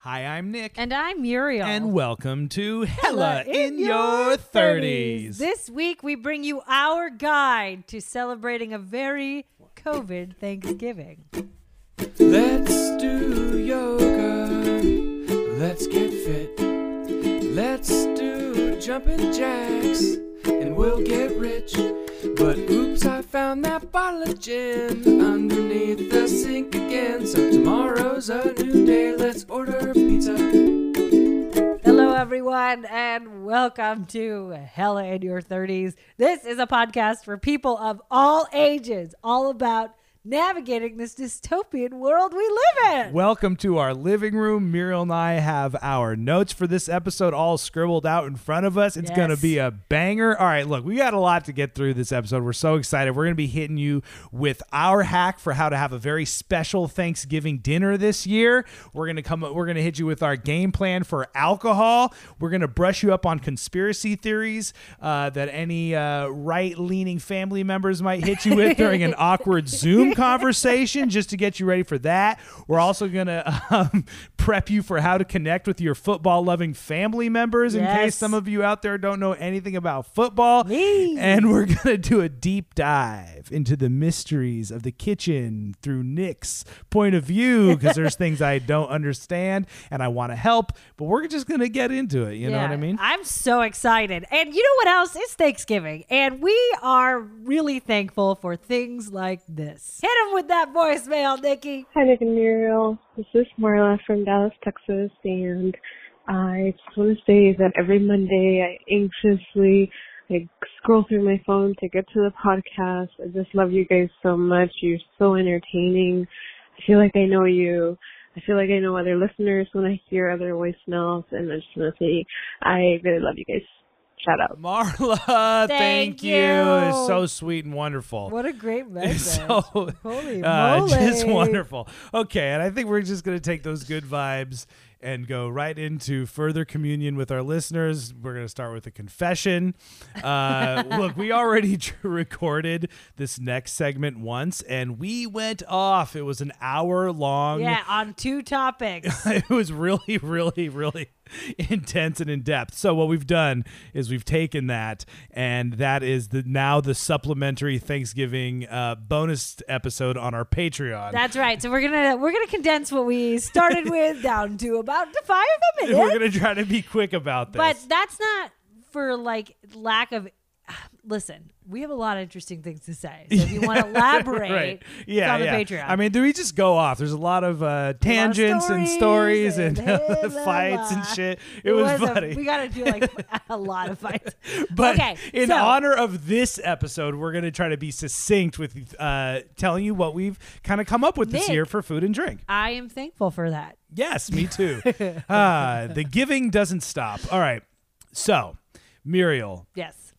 Hi, I'm Nick. And I'm Muriel. And welcome to Hella in, Your 30s. This week we bring you our guide to celebrating a very COVID Thanksgiving. Let's do yoga. Let's get fit. Let's do jumping jacks and we'll get rich. But oops, I found that bottle of gin underneath the sink again. So tomorrow's a new day. Let's order pizza. Hello, everyone, and welcome to Hella in Your 30s. This is a podcast for people of all ages, all about navigating this dystopian world we live in. Welcome to our living room. Muriel and I have our notes for this episode all scribbled out in front of us. It's Yes. going to be a banger. All right, look, we got a lot to get through this episode. We're so excited. We're going to be hitting you with our hack for how to have a very special Thanksgiving dinner this year. We're going to come we're going to hit you with our game plan for alcohol. We're going to brush you up on conspiracy theories uh, that any uh, right-leaning family members might hit you with during an awkward Zoom conversation just to get you ready for that. We're also going to um, prep you for how to connect with your football loving family members in case Yes. some of you out there don't know anything about football. Me. And we're going to do a deep dive into the mysteries of the kitchen through Nick's point of view because there's things I don't understand and I want to help, but we're just going to get into it. You know what I Yeah, mean? I'm so excited. And you know what else? It's Thanksgiving, and we are really thankful for things like this. Hit him with that voicemail, Nikki. Hi, Nick and Muriel. This is Marla from Dallas, Texas, and I just want to say that every Monday I anxiously I scroll through my phone to get to the podcast. I just love you guys so much. You're so entertaining. I feel like I know you. I feel like I know other listeners when I hear other voicemails, and I just want to say I really love you guys. Shout out. Marla, thank, Thank you. It's you. so sweet and wonderful. What a great message. so Holy uh, just moly. wonderful. Okay, and I think we're just going to take those good vibes and go right into further communion with our listeners. We're going to start with a confession. Uh, look, we already recorded this next segment once, and we went off. It was an hour long. Yeah, on two topics. it was really, really, really intense and in depth. So what we've done is we've taken that, and that is the now the supplementary Thanksgiving uh, bonus episode on our Patreon. That's right. So we're gonna we're gonna condense what we started with down to about to five a minute. We're gonna try to be quick about this. But that's not for like lack of. Listen, we have a lot of interesting things to say. So if you want to elaborate, right. it's Yeah, on yeah. the Patreon. I mean, do we just go off? There's a lot of uh, tangents and stories stories and, and blah, blah, fights and blah. shit. It, was, a- funny. we got to do like a lot of fights. But okay, in so, honor of this episode, we're going to try to be succinct with uh, telling you what we've kind of come up with this Nick. year for food and drink. I am thankful for that. Yes, me too. uh, the giving doesn't stop. All right. So, Muriel, Yes,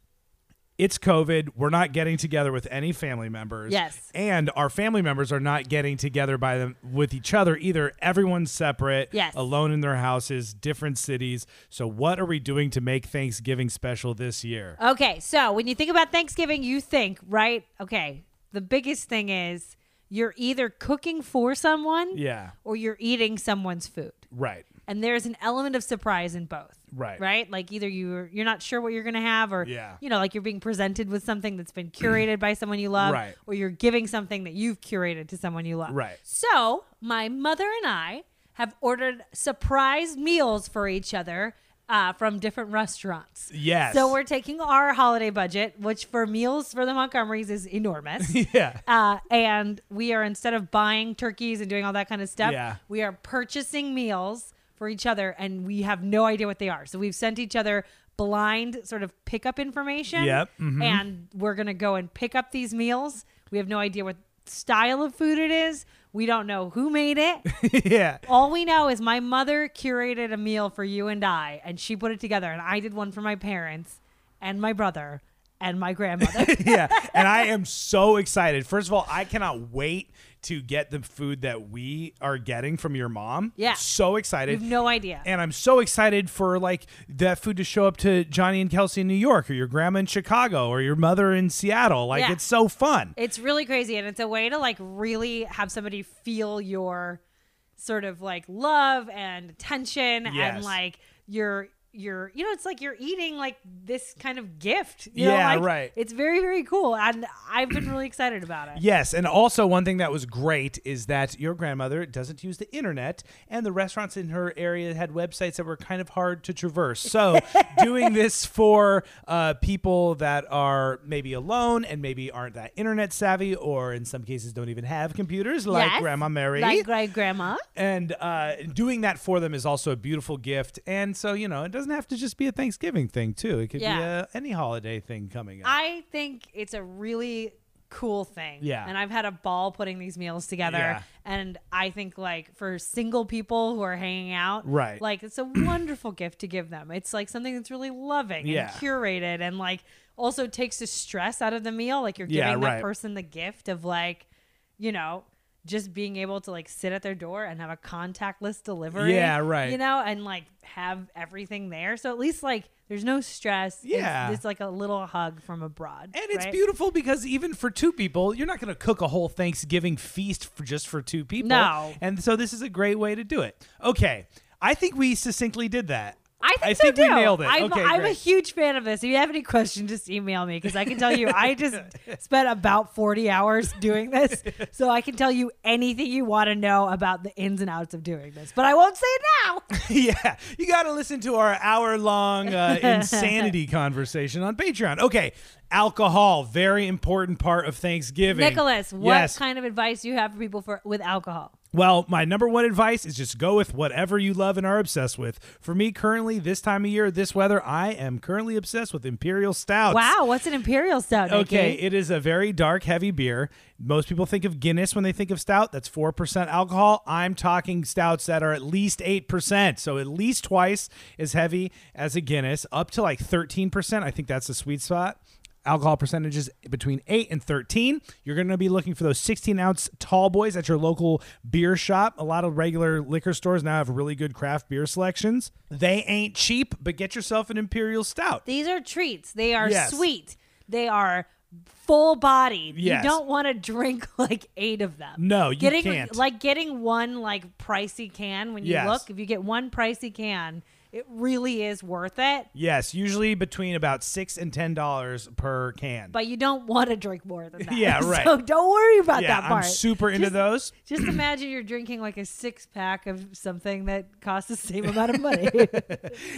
it's COVID. We're not getting together with any family members. Yes. And our family members are not getting together by them with each other either. Everyone's separate, Yes. alone in their houses, different cities. So, what are we doing to make Thanksgiving special this year? Okay, so when you think about Thanksgiving, you think, right? Okay, the biggest thing is you're either cooking for someone yeah. or you're eating someone's food. Right. And there's an element of surprise in both. Right. Right? Like either you're you're not sure what you're gonna have or Yeah. you know, like you're being presented with something that's been curated by someone you love. Right. Or you're giving something that you've curated to someone you love. Right. So my mother and I have ordered surprise meals for each other uh, from different restaurants. Yes. So we're taking our holiday budget, which for meals for the Montgomerys is enormous. Yeah. Uh, and we are instead of buying turkeys and doing all that kind of stuff, Yeah. we are purchasing meals for each other, and we have no idea what they are. So we've sent each other blind sort of pickup information. Yep. Mhm. And we're gonna go and pick up these meals. We have no idea what style of food it is. We don't know who made it. yeah. All we know is my mother curated a meal for you and I, and she put it together, and I did one for my parents and my brother and my grandmother. yeah. And I am so excited. First of all, I cannot wait to get the food that we are getting from your mom. Yeah. So excited. You've no idea. and I'm so excited for like that food to show up to Johnny and Kelsey in New York or your grandma in Chicago or your mother in Seattle. Like Yeah. it's so fun. It's really crazy, and it's a way to like really have somebody feel your sort of like love and attention and Yes. like you're you're you know it's like you're eating like this kind of gift you know, Yeah, like, right. it's very very cool and i've been really excited about it Yes, and also one thing that was great is that your grandmother doesn't use the internet, and the restaurants in her area had websites that were kind of hard to traverse. So, doing this for uh, people that are maybe alone and maybe aren't that internet savvy, or in some cases don't even have computers, like Yes, Grandma Mary, like great grandma and uh, doing that for them is also a beautiful gift. And so, you know, it doesn't have to just be a Thanksgiving thing too. It could be Yeah. a, any holiday thing coming up. I think it's a really cool thing. Yeah. And I've had a ball putting these meals together. Yeah. And I think like for single people who are hanging out, Right. Like it's a wonderful gift to give them. It's like something that's really loving Yeah. and curated and like also takes the stress out of the meal. Like you're Yeah, giving that right. person the gift of like, you know, just being able to like sit at their door and have a contactless delivery. Yeah, right. You know, and like have everything there. So at least like there's no stress. It's- Yeah. It's, like a little hug from abroad. And it's right? beautiful because even for two people, you're not going to cook a whole Thanksgiving feast for just for two people. No. And so this is a great way to do it. Okay. I think we succinctly did that. I think, so too. we nailed it. I'm, okay, I'm a great. huge fan of this. If you have any questions, just email me because I can tell you I just spent about 40 hours doing this. So I can tell you anything you want to know about the ins and outs of doing this. But I won't say it now. yeah, you got to listen to our hour long uh, insanity conversation on Patreon. Okay, alcohol, very important part of Thanksgiving. Nicholas, what Yes. kind of advice do you have for people for with alcohol? Well, my number one advice is just go with whatever you love and are obsessed with. For me, currently, this time of year, this weather, I am currently obsessed with Imperial Stouts. Wow, what's an imperial stout? Nikki? Okay, it is a very dark, heavy beer. Most people think of Guinness when they think of stout. That's 4% alcohol. I'm talking stouts that are at least 8%. So at least twice as heavy as a Guinness, up to like 13%. I think that's the sweet spot. Alcohol percentages between 8 and 13. You're going to be looking for those 16 ounce tall boys at your local beer shop. A lot of regular liquor stores now have really good craft beer selections. They ain't cheap, but get yourself an Imperial Stout. These are treats. They are Yes. sweet. They are full bodied. Yes. You don't want to drink like eight of them. No, you getting, can't. Like getting one like pricey can when you Yes. look, if you get one pricey can, it really is worth it. Yes, usually between about six and ten dollars per can. But you don't want to drink more than that. Yeah, right. So don't worry about yeah, that part. I'm super into Just- those. Just imagine you're drinking like a six pack of something that costs the same amount of money.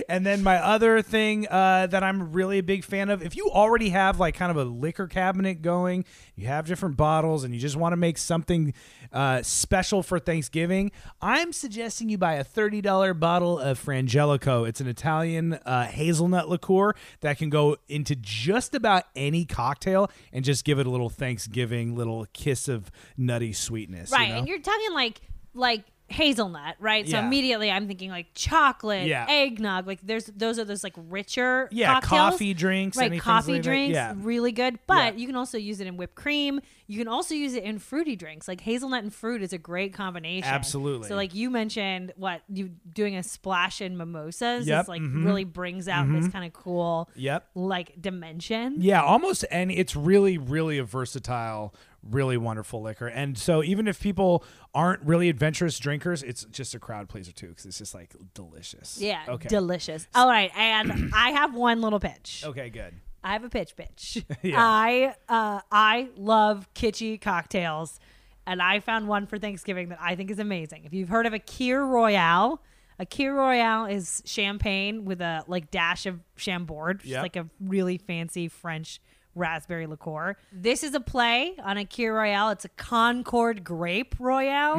And then my other thing uh, that I'm really a big fan of, if you already have like kind of a liquor cabinet going, you have different bottles, and you just want to make something uh, special for Thanksgiving, I'm suggesting you buy a thirty dollar bottle of Frangelico. It's an Italian uh, hazelnut liqueur that can go into just about any cocktail and just give it a little Thanksgiving little kiss of nutty sweetness. you right know? and you're talking like like hazelnut right so Yeah. immediately i'm thinking like chocolate Yeah. eggnog like there's those are those like richer Yeah, cocktails. coffee drinks, right anything coffee like that. drinks Yeah. really good but Yeah. you can also use it in whipped cream you can also use it in fruity drinks like hazelnut and fruit is a great combination Absolutely. so like you mentioned what you doing a splash in mimosas Yep, mm-hmm. is like really brings out this kind of cool Yep. like dimension Yeah, almost and it's really really a versatile, really wonderful liquor. And so even if people aren't really adventurous drinkers, it's just a crowd pleaser too cuz it's just like delicious. yeah Okay. delicious all right and i have one little pitch okay, good. I have a pitch, bitch. Yeah. I uh, I love kitschy cocktails, and I found one for Thanksgiving that I think is amazing. If you've heard of a Kir Royale, a Kir Royale is champagne with a like dash of Chambord, which is Yep. like a really fancy French raspberry liqueur. This is a play on a Kir Royale. It's a Concord Grape Royale,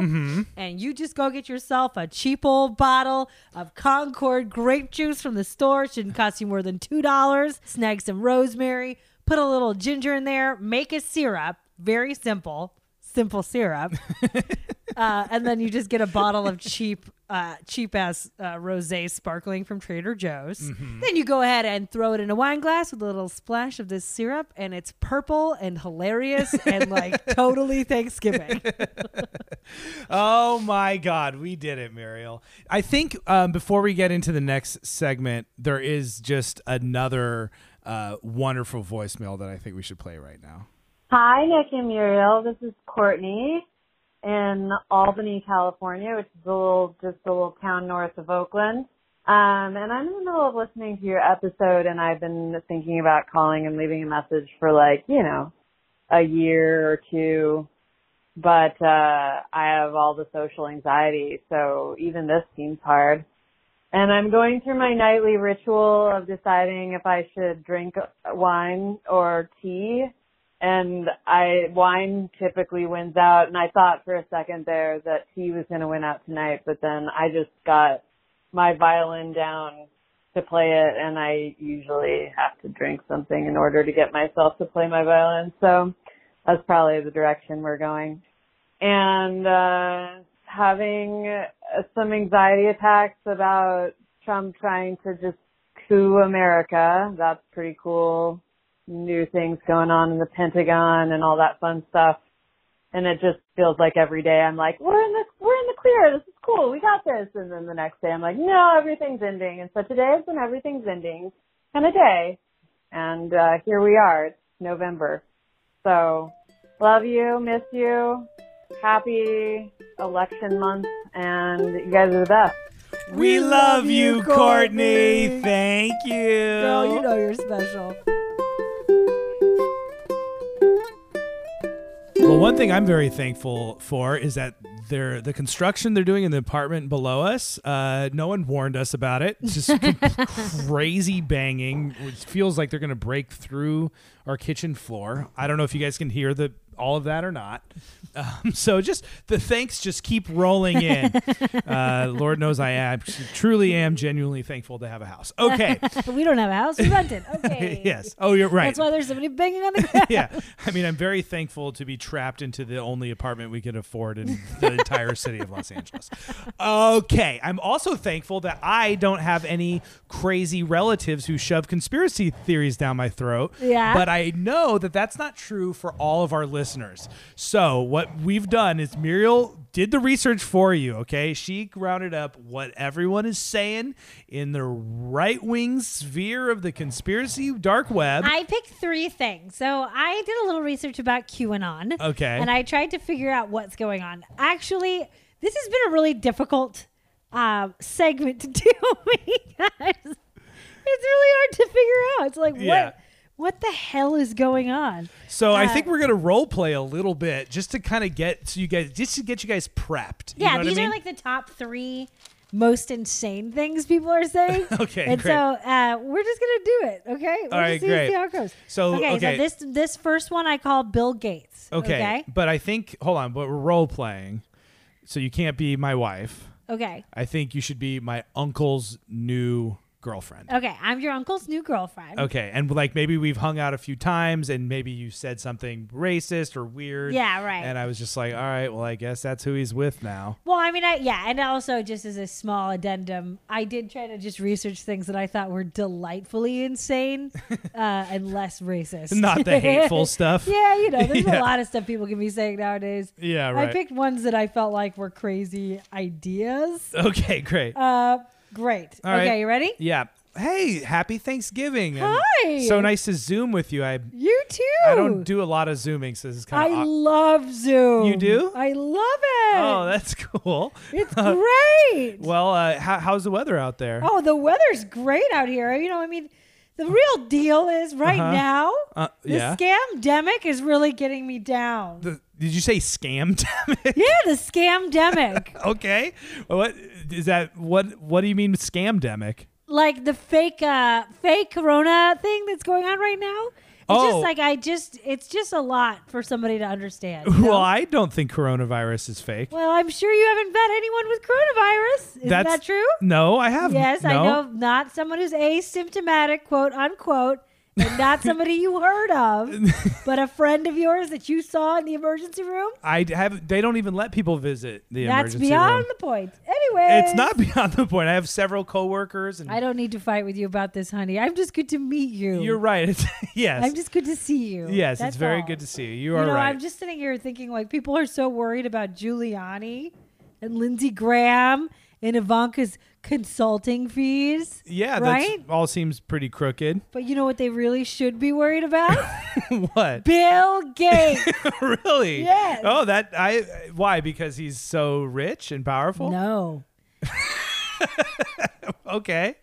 and you just go get yourself a cheap old bottle of Concord grape juice from the store. It shouldn't cost you more than two dollars. Snag some rosemary, put a little ginger in there, make a syrup. Very simple, simple syrup. Uh, and then you just get a bottle of cheap, uh, cheap ass uh, rosé sparkling from Trader Joe's. Mm-hmm. Then you go ahead and throw it in a wine glass with a little splash of this syrup, and it's purple and hilarious and like totally Thanksgiving. Oh my god, we did it, Muriel. I think um, before we get into the next segment, there is just another uh, wonderful voicemail that I think we should play right now. Hi, Nick and Muriel. This is Courtney. in Albany, California, which is a little just a little town north of Oakland. Um, and I'm in the middle of listening to your episode, and I've been thinking about calling and leaving a message for like you know a year or two. But uh, I have all the social anxiety, so even this seems hard. And I'm going through my nightly ritual of deciding if I should drink wine or tea. And I wine typically wins out. And I thought for a second there that tea was going to win out tonight, but then I just got my violin down to play it, and I usually have to drink something in order to get myself to play my violin. So that's probably the direction we're going. And uh, having uh, some anxiety attacks about Trump trying to just coup America. That's pretty cool. New things going on in the Pentagon and all that fun stuff. And it just feels like every day I'm like, we're in the we're in the clear. This is cool. We got this. And then the next day I'm like, no, everything's ending. And so today has been everything's ending kind of day. And uh, here we are. It's November. So love you, miss you. Happy election month, and you guys are the best. We love you, Courtney. Thank you. Girl, you know you're special. Well, one thing I'm very thankful for is that they're the construction they're doing in the apartment below us. Uh, no one warned us about it. It's Just com- crazy banging. It feels like they're going to break through our kitchen floor. I don't know if you guys can hear the all of that or not. Um, so just the thanks just keep rolling in. Uh, Lord knows I am truly am genuinely thankful to have a house. Okay. But we don't have a house. We rent it. Okay. yes. Oh, you're right. That's why there's somebody banging on the ground. yeah. I mean, I'm very thankful to be trapped into the only apartment we could afford in the entire city of Los Angeles. Okay. I'm also thankful that I don't have any crazy relatives who shove conspiracy theories down my throat. Yeah. But I know that that's not true for all of our listeners. So, what we've done is Muriel did the research for you, okay? She rounded up what everyone is saying in the right wing sphere of the conspiracy dark web. I picked three things. So I did a little research about QAnon. Okay. And I tried to figure out what's going on. Actually, this has been a really difficult um, segment to do because it's really hard to figure out. It's like, Yeah. what? What the hell is going on? So I Uh, think we're gonna role play a little bit just to kind of get so you guys just to get you guys prepped. You Yeah, know what I these mean? are like the top three most insane things people are saying. Okay, and great. so uh, we're just gonna do it. Okay, We'll just right, see, great. see how it goes. So, okay, okay. so this this first one I call Bill Gates. okay, okay, But I think hold on, but we're role playing, so you can't be my wife. okay. I think you should be my uncle's new girlfriend. Okay, I'm your uncle's new girlfriend. Okay, and like maybe we've hung out a few times, and maybe you said something racist or weird. Yeah, right. And I was just like, all right, well, I guess that's who he's with now. Well, I mean, I, yeah, and also just as a small addendum, I did try to just research things that I thought were delightfully insane uh, and less racist. Not the hateful stuff. Yeah, you know, there's Yeah. a lot of stuff people can be saying nowadays. Yeah, right. I picked ones that I felt like were crazy ideas. Okay, great. Uh, great. All okay, right. you ready? Yeah. Hey, happy Thanksgiving. and Hi. So nice to Zoom with you. I You too. I don't do a lot of Zooming, so this is I kind of. love Zoom. You do? I love oh, it. that's cool. it's great. Well, uh, how, how's the weather out there? Oh, the weather's great out here. You know, I mean, the real deal is right Uh-huh. now, Uh, the yeah. scamdemic is really getting me down. The- did you say scam damage? yeah, the scamdemic. okay. What is that? What What do you mean scam demic? like the fake uh fake corona thing that's going on right now. It's Oh. just like I just it's just a lot for somebody to understand. you know? Well, I don't think coronavirus is fake. well, I'm sure you haven't met anyone with coronavirus. Isn't That's that true? No, I have. Yes, I no. know of not someone who's asymptomatic, quote unquote, and not somebody you heard of, but a friend of yours that you saw in the emergency room. I have. They don't even let people visit the That's emergency beyond room. the point. Anyway, It's not beyond the point. I have several coworkers, and I don't need to fight with you about this, honey. I'm just good to meet you. you're right. It's, yes, I'm just good to see you. yes, That's it's very all. good to see you. You You are know, right. I'm just sitting here thinking like people are so worried about Giuliani and Lindsey Graham in Ivanka's consulting fees. Yeah, Right? that all seems pretty crooked. But you know what they really should be worried about? what? Bill Gates. really? Yes. Oh, that I why? Because he's so rich and powerful? no. Okay.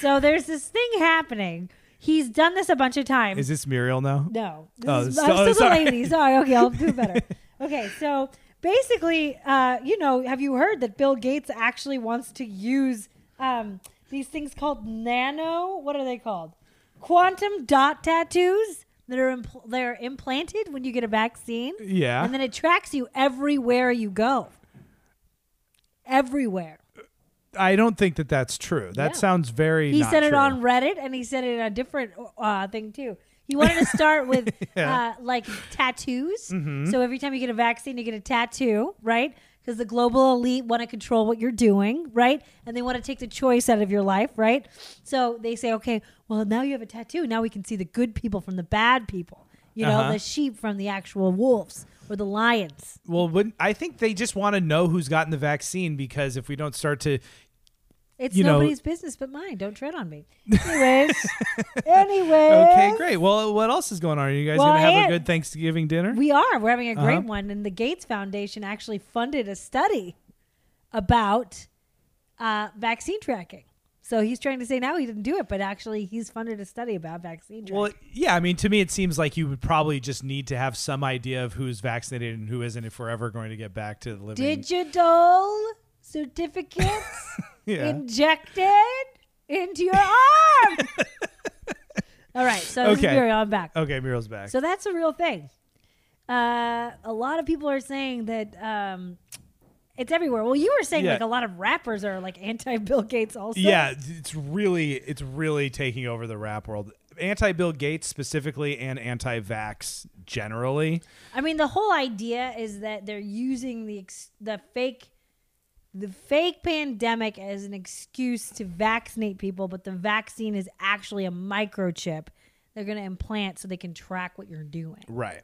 So there's this thing happening. He's done this a bunch of times. Is this Muriel now? No. This Oh, is, so- I'm still sorry. the lady. Sorry. Okay, I'll do better. okay, so basically, uh, you know, have you heard that Bill Gates actually wants to use um, these things called nano? What are they called? Quantum dot tattoos that are impl- they're implanted when you get a vaccine, Yeah. and then it tracks you everywhere you go. Everywhere. I don't think that that's true. That Yeah. sounds very. He not said it true. on Reddit, and he said it in a different uh, thing too. He wanted to start with Yeah. Mm-hmm. uh, like tattoos. So every time you get a vaccine, you get a tattoo, right? Because the global elite want to control what you're doing, right? And they want to take the choice out of your life, right? So they say, okay, well now you have a tattoo. Now we can see the good people from the bad people. You know, Uh-huh. the sheep from the actual wolves or the lions. Well, wouldn't, I think they just want to know who's gotten the vaccine because if we don't start to, It's You know- nobody's business but mine. Don't tread on me. Anyways, anyways. okay, great. Well, what else is going on? Are you guys Well, going to have I- a good Thanksgiving dinner? We are. We're having a great Uh-huh. one, and the Gates Foundation actually funded a study about uh, vaccine tracking. So he's trying to say now he didn't do it, but actually he's funded a study about vaccine tracking. well, yeah. I mean, to me, it seems like you would probably just need to have some idea of who's vaccinated and who isn't if we're ever going to get back to the living. Digital certificates Yeah. injected into your arm. All right, so this is Okay. Muriel. I'm back. okay, Muriel's back. So that's a real thing. Uh, a lot of people are saying that um, it's everywhere. Well, you were saying Yeah. like a lot of rappers are like anti Bill Gates also. yeah, it's really it's really taking over the rap world. Anti Bill Gates specifically and anti vax generally. I mean, the whole idea is that they're using the ex- the fake the fake pandemic as an excuse to vaccinate people, but the vaccine is actually a microchip they're going to implant so they can track what you're doing. Right.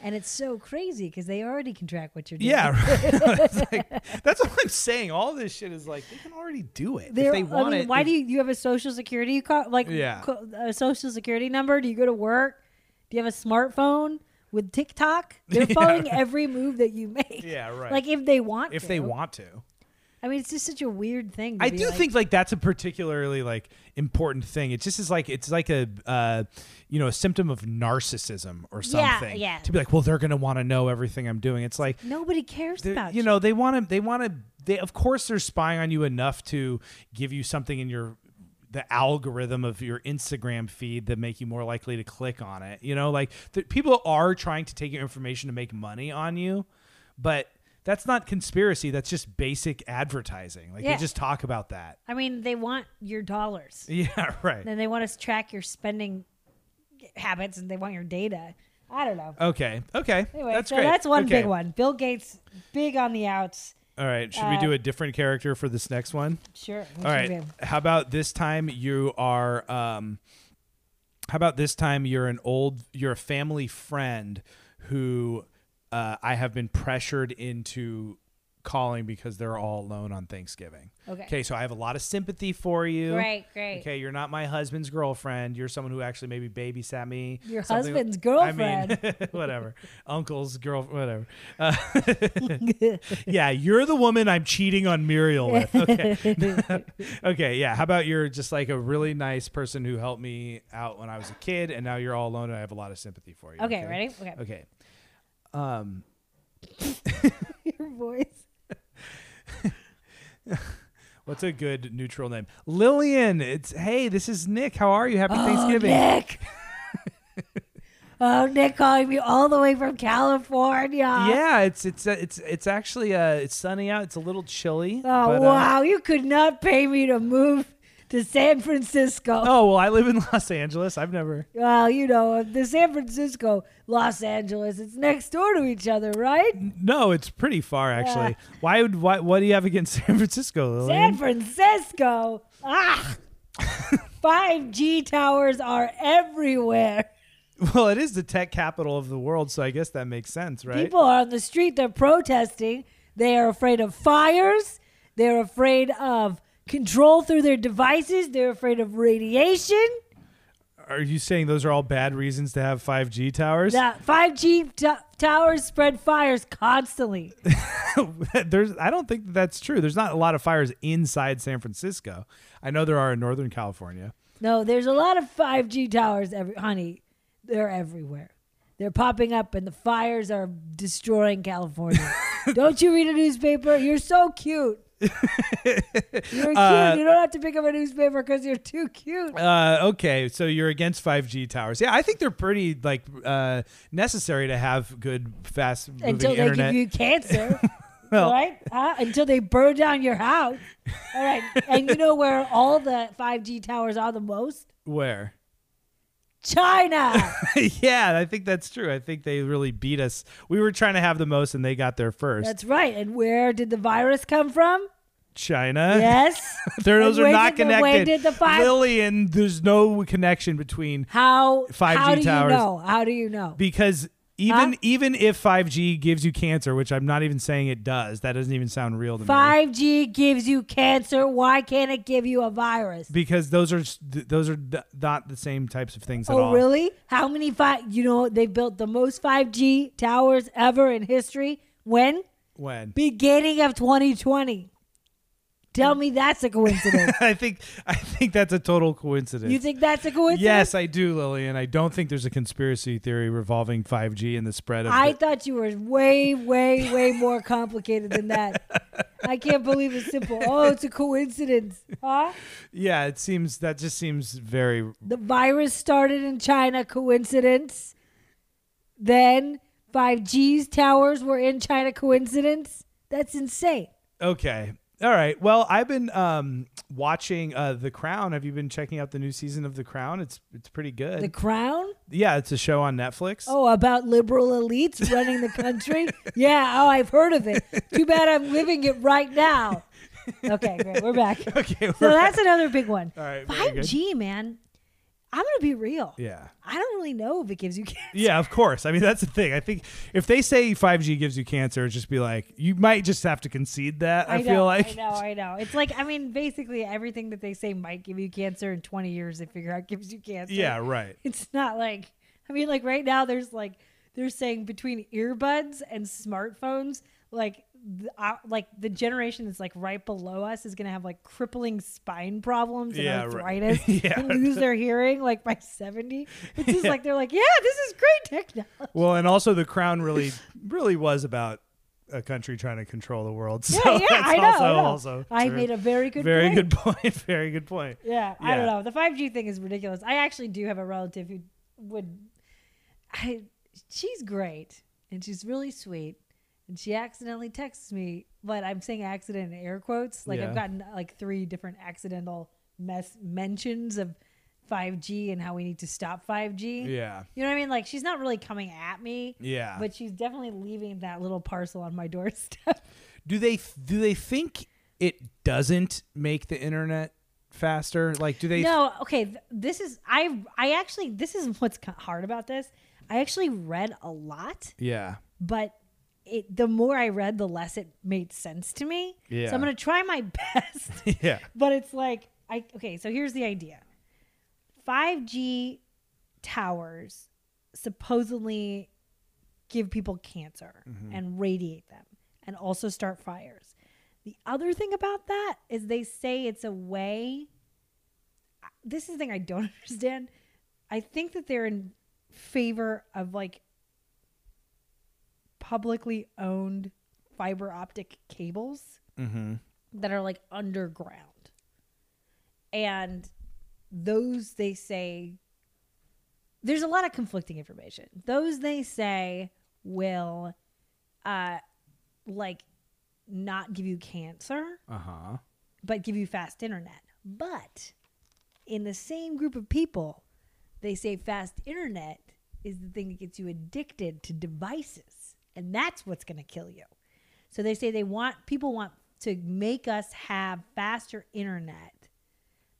And it's so crazy because they already can track what you're doing. Yeah, right. It's like- that's what I'm saying. All this shit is like they can already do it They're- if they want I mean, it. Why if- do you you have a social security card? Like Yeah. co- a social security number? Do you go to work? Do you have a smartphone with TikTok? They're following every move that you make. Yeah, right. Like if they want, if to. they want to? I mean, it's just such a weird thing. to I be do like- think like that's a particularly like important thing. It just is like it's like a uh, you know a symptom of narcissism or Yeah, something. yeah. To be like, well, they're gonna want to know everything I'm doing. It's like nobody cares they're- about you know they want to they want to they of course they're spying on you enough to give you something in your the algorithm of your Instagram feed that make you more likely to click on it. You know, like the, people are trying to take your information to make money on you, but that's not conspiracy. That's just basic advertising. Like Yeah. they just talk about that. I mean, they want your dollars. Yeah, right. Then they want to track your spending habits, and they want your data. I don't know. Okay. Okay. Anyway, that's so great. that's one big Okay. one. Bill Gates, big on the outs. All right. Should we Uh, do a different character for this next one? Sure. All right. How about this time you are um how about this time you're an old you're a family friend who uh, I have been pressured into calling because they're all alone on Thanksgiving. Okay. Okay, so I have a lot of sympathy for you. Great, great. Okay, you're not my husband's girlfriend. You're someone who actually maybe babysat me. Your something- husband's I mean, whatever. Uncle's girlfriend, whatever. Uh, yeah, you're the woman I'm cheating on Muriel with. Okay. okay, yeah. How about you're just like a really nice person who helped me out when I was a kid, and now you're all alone, and I have a lot of sympathy for you. Okay, ready? Okay. Okay. Um, Your voice. what's a good neutral name? Lillian. It's hey, this is Nick. How are you? Happy Thanksgiving. Oh, Nick. oh, Nick calling me all the way from California. Yeah, it's it's uh, it's it's actually uh it's sunny out. It's a little chilly. Oh, but, uh, wow. you could not pay me to move to San Francisco. oh well, I live in Los Angeles. I've never. Well, you know, uh, the San Francisco, Los Angeles, it's next door to each other, right? No, it's pretty far actually. Why would why what do you have against San Francisco, San Lillian? Francisco. Ah. 5G towers are everywhere. well, it is the tech capital of the world, so I guess that makes sense, right? People are on the street, they're protesting. They are afraid of fires. They're afraid of control through their devices. They're afraid of radiation. Are you saying those are all bad reasons to have 5G towers? That 5G t- towers spread fires constantly. There's I don't think that that's true. There's not a lot of fires inside San Francisco. I know there are in Northern California. No, there's a lot of 5G towers every honey. They're everywhere. They're popping up and the fires are destroying California. don't you read a newspaper? You're so cute. you're cute. you don't have to pick up a newspaper because you're too cute. Uh, okay, so you're against 5G towers. Yeah, I think they're pretty like uh, necessary to have good fast moving Until they internet. give you cancer. Well- right? Huh? Until they burn down your house. All right. And you know where all the 5G towers are the most? Where? China. yeah, I think that's true. I think they really beat us. We were trying to have the most and they got there first. That's right. And where did the virus come from? China. Yes. Those And are where not did the- connected. Where did the five? Lillian, there's no connection between how 5G how do towers. you know? How do you know? because even Huh? even if 5G gives you cancer, which I'm not even saying it does, that doesn't even sound real to me. 5G gives you cancer. Why can't it give you a virus? Because those are s- th- those are d- not the same types of things at Oh, all. really? How many five? You know, they built the most 5G towers ever in history. When? When Beginning of 2020. Tell me that's a coincidence. I think I think that's a total coincidence. you think that's a coincidence? yes, I do, Lillian. I don't think there's a conspiracy theory revolving 5G and the spread of. I the- thought you were way, way, way more complicated than that. I can't believe it's simple. Oh, it's a coincidence. Huh? yeah, it seems that just seems very The virus started in China, coincidence. Then 5G's towers were in China, coincidence. That's insane. okay. All right. Well, I've been um, watching uh, The Crown. Have you been checking out the new season of The Crown? It's it's pretty good. The crown? yeah, it's a show on Netflix. Oh, about liberal elites running the country? yeah, oh, I've heard of it. Too bad I'm living it right now. Okay, great. We're back. okay. So we're- that's another big one. All right, very good. 5G, man. I'm going to be real. yeah. I don't really know if it gives you cancer. Yeah, of course. I mean, that's the thing. I think if they say 5G gives you cancer, just be like, you might just have to concede that. I, know, feel like. I know, I know. It's like I mean, basically everything that they say might give you cancer in 20 years. They figure out gives you cancer. Yeah, right. It's not like I mean, like right now there's like they're saying between earbuds and smartphones, like the, uh, like the generation that's like right below us is gonna have like crippling spine problems and Yeah, right. arthritis Yeah. and lose their hearing like by 70. It's just like they're like, yeah, this is great technology. Well, and also the crown really, really was about a country trying to control the world. So Yeah, yeah, that's I know. Also, I, know. also I true. made a very good very point. good point. Very good point. Yeah, I don't Yeah. know. The five G thing is ridiculous. I actually do have a relative who would. I, she's great and she's really sweet, and she accidentally texts me. But I'm saying accident in air quotes. Like Yeah. I've gotten like three different accidental mess mentions of five G and how we need to stop five G. Yeah. You know what I mean? Like she's not really coming at me. Yeah. But she's definitely leaving that little parcel on my doorstep. do they do they think it doesn't make the internet faster? Like, do they? no okay th- this is i i actually this is what's ki- hard about this i actually read a lot Yeah. but it the more i read the less it made sense to me Yeah. so i'm gonna try my best Yeah. but it's like I okay, so here's the idea. 5G towers supposedly give people cancer and radiate them and also start fires. The other thing about that is they say it's a way this is the thing I don't understand. I think that they're in favor of like publicly owned fiber optic cables Mm-hmm. that are like underground. And those they say there's a lot of conflicting information. Those they say will uh like not give you cancer, Uh huh. but give you fast internet. But in the same group of people, they say fast internet is the thing that gets you addicted to devices, and that's what's going to kill you. So they say they want people want to make us have faster internet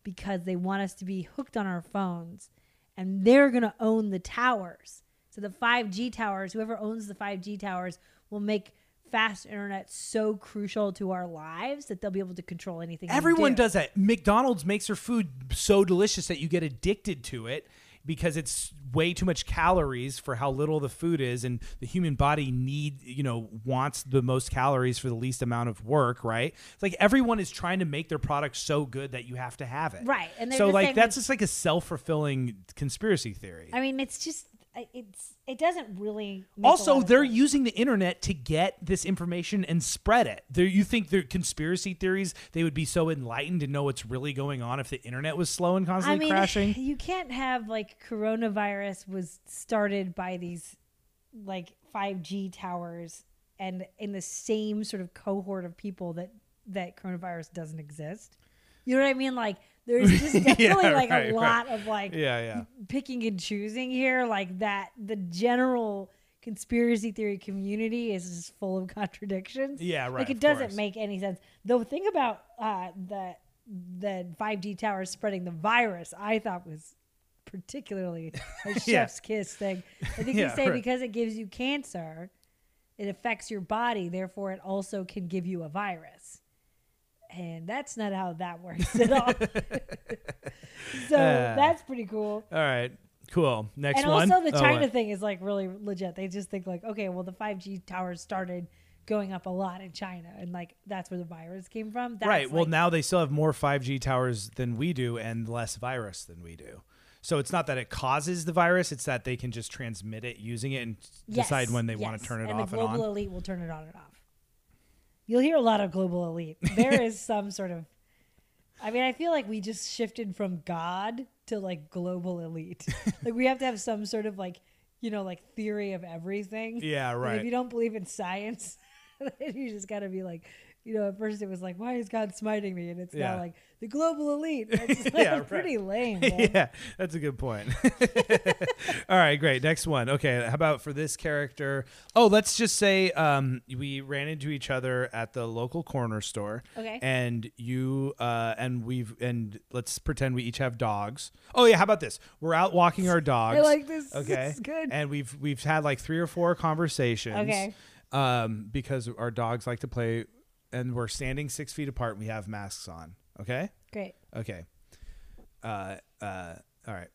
because they want us to be hooked on our phones and they're going to own the towers. So the 5G towers, whoever owns the 5G towers will make fast internet so crucial to our lives that they'll be able to control anything. we Everyone do. does that. McDonald's makes their food so delicious that you get addicted to it because it's way too much calories for how little the food is and the human body need you know wants the most calories for the least amount of work right it's like everyone is trying to make their product so good that you have to have it Right, and they're so just like saying, that's like- just like a self-fulfilling conspiracy theory I mean, it's just I- it's it doesn't really. make a also lot of they're sense. using the internet to get this information and spread it there you think their conspiracy theories they would be so enlightened to know what's really going on if the internet was slow and I constantly mean, crashing you can't have like coronavirus was started by these like 5G towers and in the same sort of cohort of people that that coronavirus doesn't exist. You know what I mean? Like there's just definitely right, like right. a lot of like yeah yeah picking and choosing here like that the general conspiracy theory community is just full of contradictions Yeah, right, like it of doesn't course. make any sense the thing about uh the the 5g towers spreading the virus i thought was particularly a chef's Yeah. kiss thing i think Yeah, you say right. because it gives you cancer it affects your body therefore it also can give you a virus and that's not how that works at all so Ah. that's pretty cool all right cool next and one also the Oh, China uh, thing is like really legit. They just think like, okay, well the five G towers started going up a lot in China, and like that's where the virus came from. That's right well like- now they still have more 5g towers than we do and less virus than we do so it's not that it causes the virus it's that they can just transmit it using it and Yes, decide when they want to yes. turn it and off the and global on elite will turn it on and off. You'll hear a lot of global elite. There is some sort of, I mean, I feel like we just shifted from God to like global elite. like we have to have some sort of like, you know, like theory of everything. Yeah, And right. if you don't believe in science, then you just got to be like. You know, at first it was like, "Why is God smiting me?" and it's Yeah. now like the global elite. That's Yeah, right. pretty lame. man. yeah, that's a good point. All right, great. Next one. Okay, how about for this character? Oh, let's just say um, we ran into each other at the local corner store. Okay. And you uh, and we've and let's pretend we each have dogs. Oh yeah, how about this? We're out walking our dogs. like this. Okay. It's good. And we've we've had like three or four conversations. Okay. Um, because our dogs like to play, and we're standing six feet apart. and We have masks on. Okay. Great. Okay. Uh, uh, all right.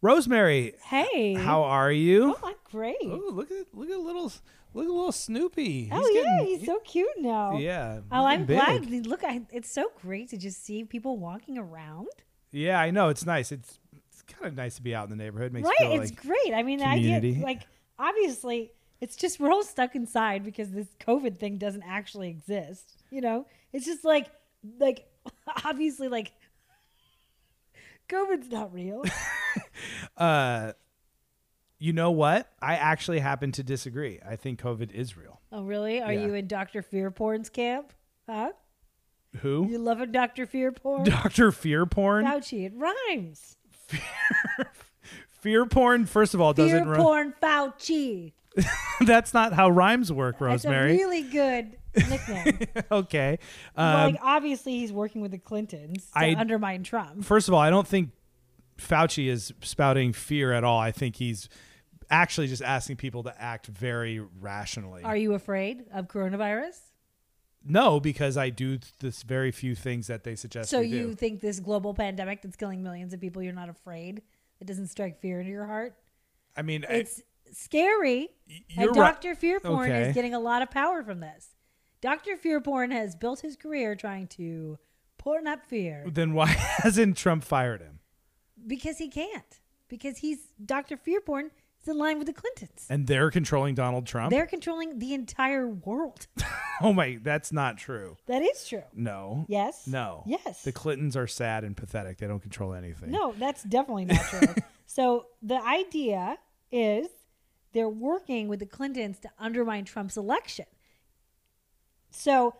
Rosemary, Hey, how are you? Oh, I'm great. Ooh, look at look at little look at little Snoopy. He's oh yeah, getting- he's so cute now. yeah. Oh, he's I'm getting glad. big. Look, I, it's so great to just see people walking around. Yeah, I know. It's nice. It's it's kind of nice to be out in the neighborhood. Makes Right? you feel it's like great. I mean, the community. idea, like, obviously, it's just we're all stuck inside because this COVID thing doesn't actually exist. You know, it's just like, like, obviously, like, COVID's not real. uh, you know what? I actually happen to disagree. I think COVID is real. oh, really? Are Yeah. you in Dr. Fear porn's camp? Huh? Who? You loving Dr. Fear porn? Doctor Fear Porn. Fauci, it rhymes. Fear Porn. First of all, Fear doesn't. ro- porn, Fauci. that's not how rhymes work, That's a Rosemary. really good nickname. okay. Well, Um, like obviously he's working with the Clintons to I- undermine Trump. first of all, I don't think Fauci is spouting fear at all. I think he's actually just asking people to act very rationally. Are you afraid of coronavirus? no, because I do this very few things that they suggest so we you do. think this global pandemic that's killing millions of people, you're not afraid? It doesn't strike fear into your heart. I mean, I- It's scary. you're and right. Dr. Fearporn Okay. is getting a lot of power from this. Dr. Fearporn has built his career trying to porn up fear then why hasn't Trump fired him? because he can't. Because he's Dr. Fearporn is in line with the Clintons. And they're controlling Donald Trump? They're controlling the entire world. oh my, that's not true. That is true. No. Yes. No. Yes. The Clintons are sad and pathetic. They don't control anything. No, that's definitely not true. so the idea is they're working with the Clintons to undermine Trump's election. So,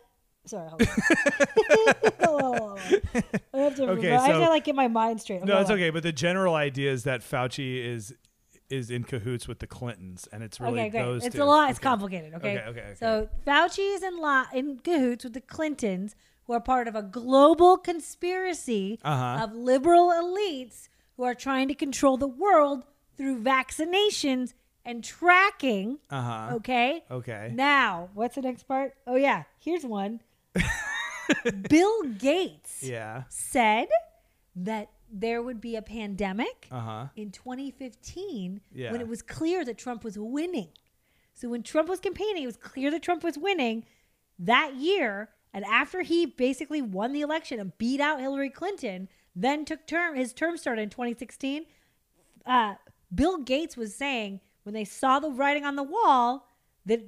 sorry, hold on. Hold on, hold on, hold on. I have to, Okay, remember- I have so- to like get my mind straight. No, Hold it's on. okay. But the general idea is that Fauci is is in cahoots with the Clintons, and it's really okay, those great. It's two. a lot. It's Okay. complicated. Okay? Okay, okay, okay. So Fauci is in law in cahoots with the Clintons, who are part of a global conspiracy Uh-huh. of liberal elites who are trying to control the world through vaccinations and tracking. Uh huh. Okay. Okay. Now, what's the next part? Oh, yeah. Here's one. Bill Gates Yeah. said that there would be a pandemic Uh huh. in 2015 Yeah. when it was clear that Trump was winning. So when Trump was campaigning, it was clear that Trump was winning that year. And after he basically won the election and beat out Hillary Clinton, then took term his term started in 2016. Uh, Bill Gates was saying when they saw the writing on the wall that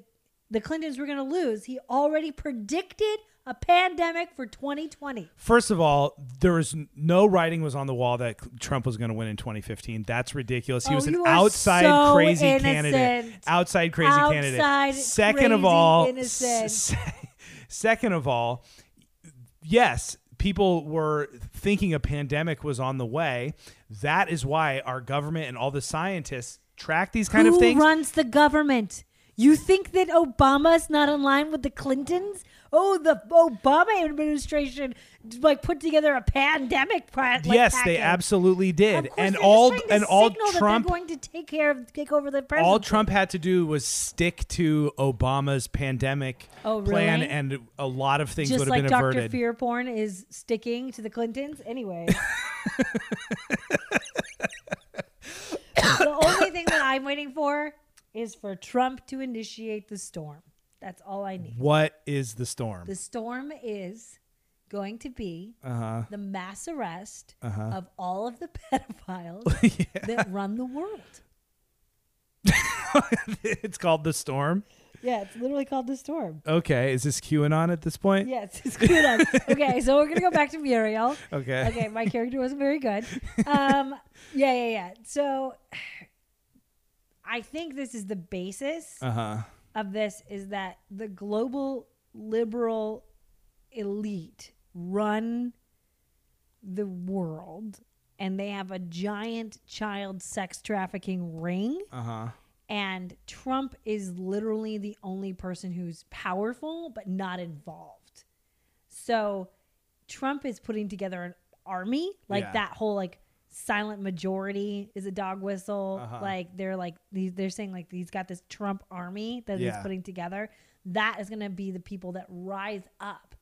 the Clintons were going to lose, he already predicted a pandemic for 2020. First of all, there was n- no writing was on the wall that Trump was going to win in 2015. That's ridiculous. He Oh, was an you are outside so crazy candidate. innocent. Outside crazy Outside candidate. Second of crazy all, innocent. second of all, yes, people were thinking a pandemic was on the way. That is why our government and all the scientists track these kind Who of things. runs the government? You think that Obama's not in line with the Clintons? Oh, the Obama administration like put together a pandemic. Pra- like, yes, they package. absolutely did. Of course, and they're just all trying to and all signal that Trump they're going to take care of take over the presidency. all Trump had to do was stick to Obama's pandemic Oh, plan, really? and a lot of things just would have like been Dr. averted. Fearporn is sticking to the Clintons. Anyway. the only thing that I'm waiting for is for Trump to initiate the storm. That's all I need. What is the storm? The storm is going to be Uh-huh. the mass arrest of all of the pedophiles that run the world. it's called the storm. Yeah, it's literally called the storm. Okay, is this QAnon at this point? Yes, it's good. on. Okay, so we're gonna go back to Muriel. Okay. Okay, my character wasn't very good. Um, yeah, yeah, yeah. So I think this is the basis Uh huh. of this is that the global liberal elite run the world and they have a giant child sex trafficking ring Uh huh. and Trump is literally the only person who's powerful but not involved. So Trump is putting together an army, like Yeah. that whole like silent majority is a dog whistle. Uh-huh. Like they're like these they're saying like he's got this Trump army that Yeah. he's putting together. That is going to be the people that rise up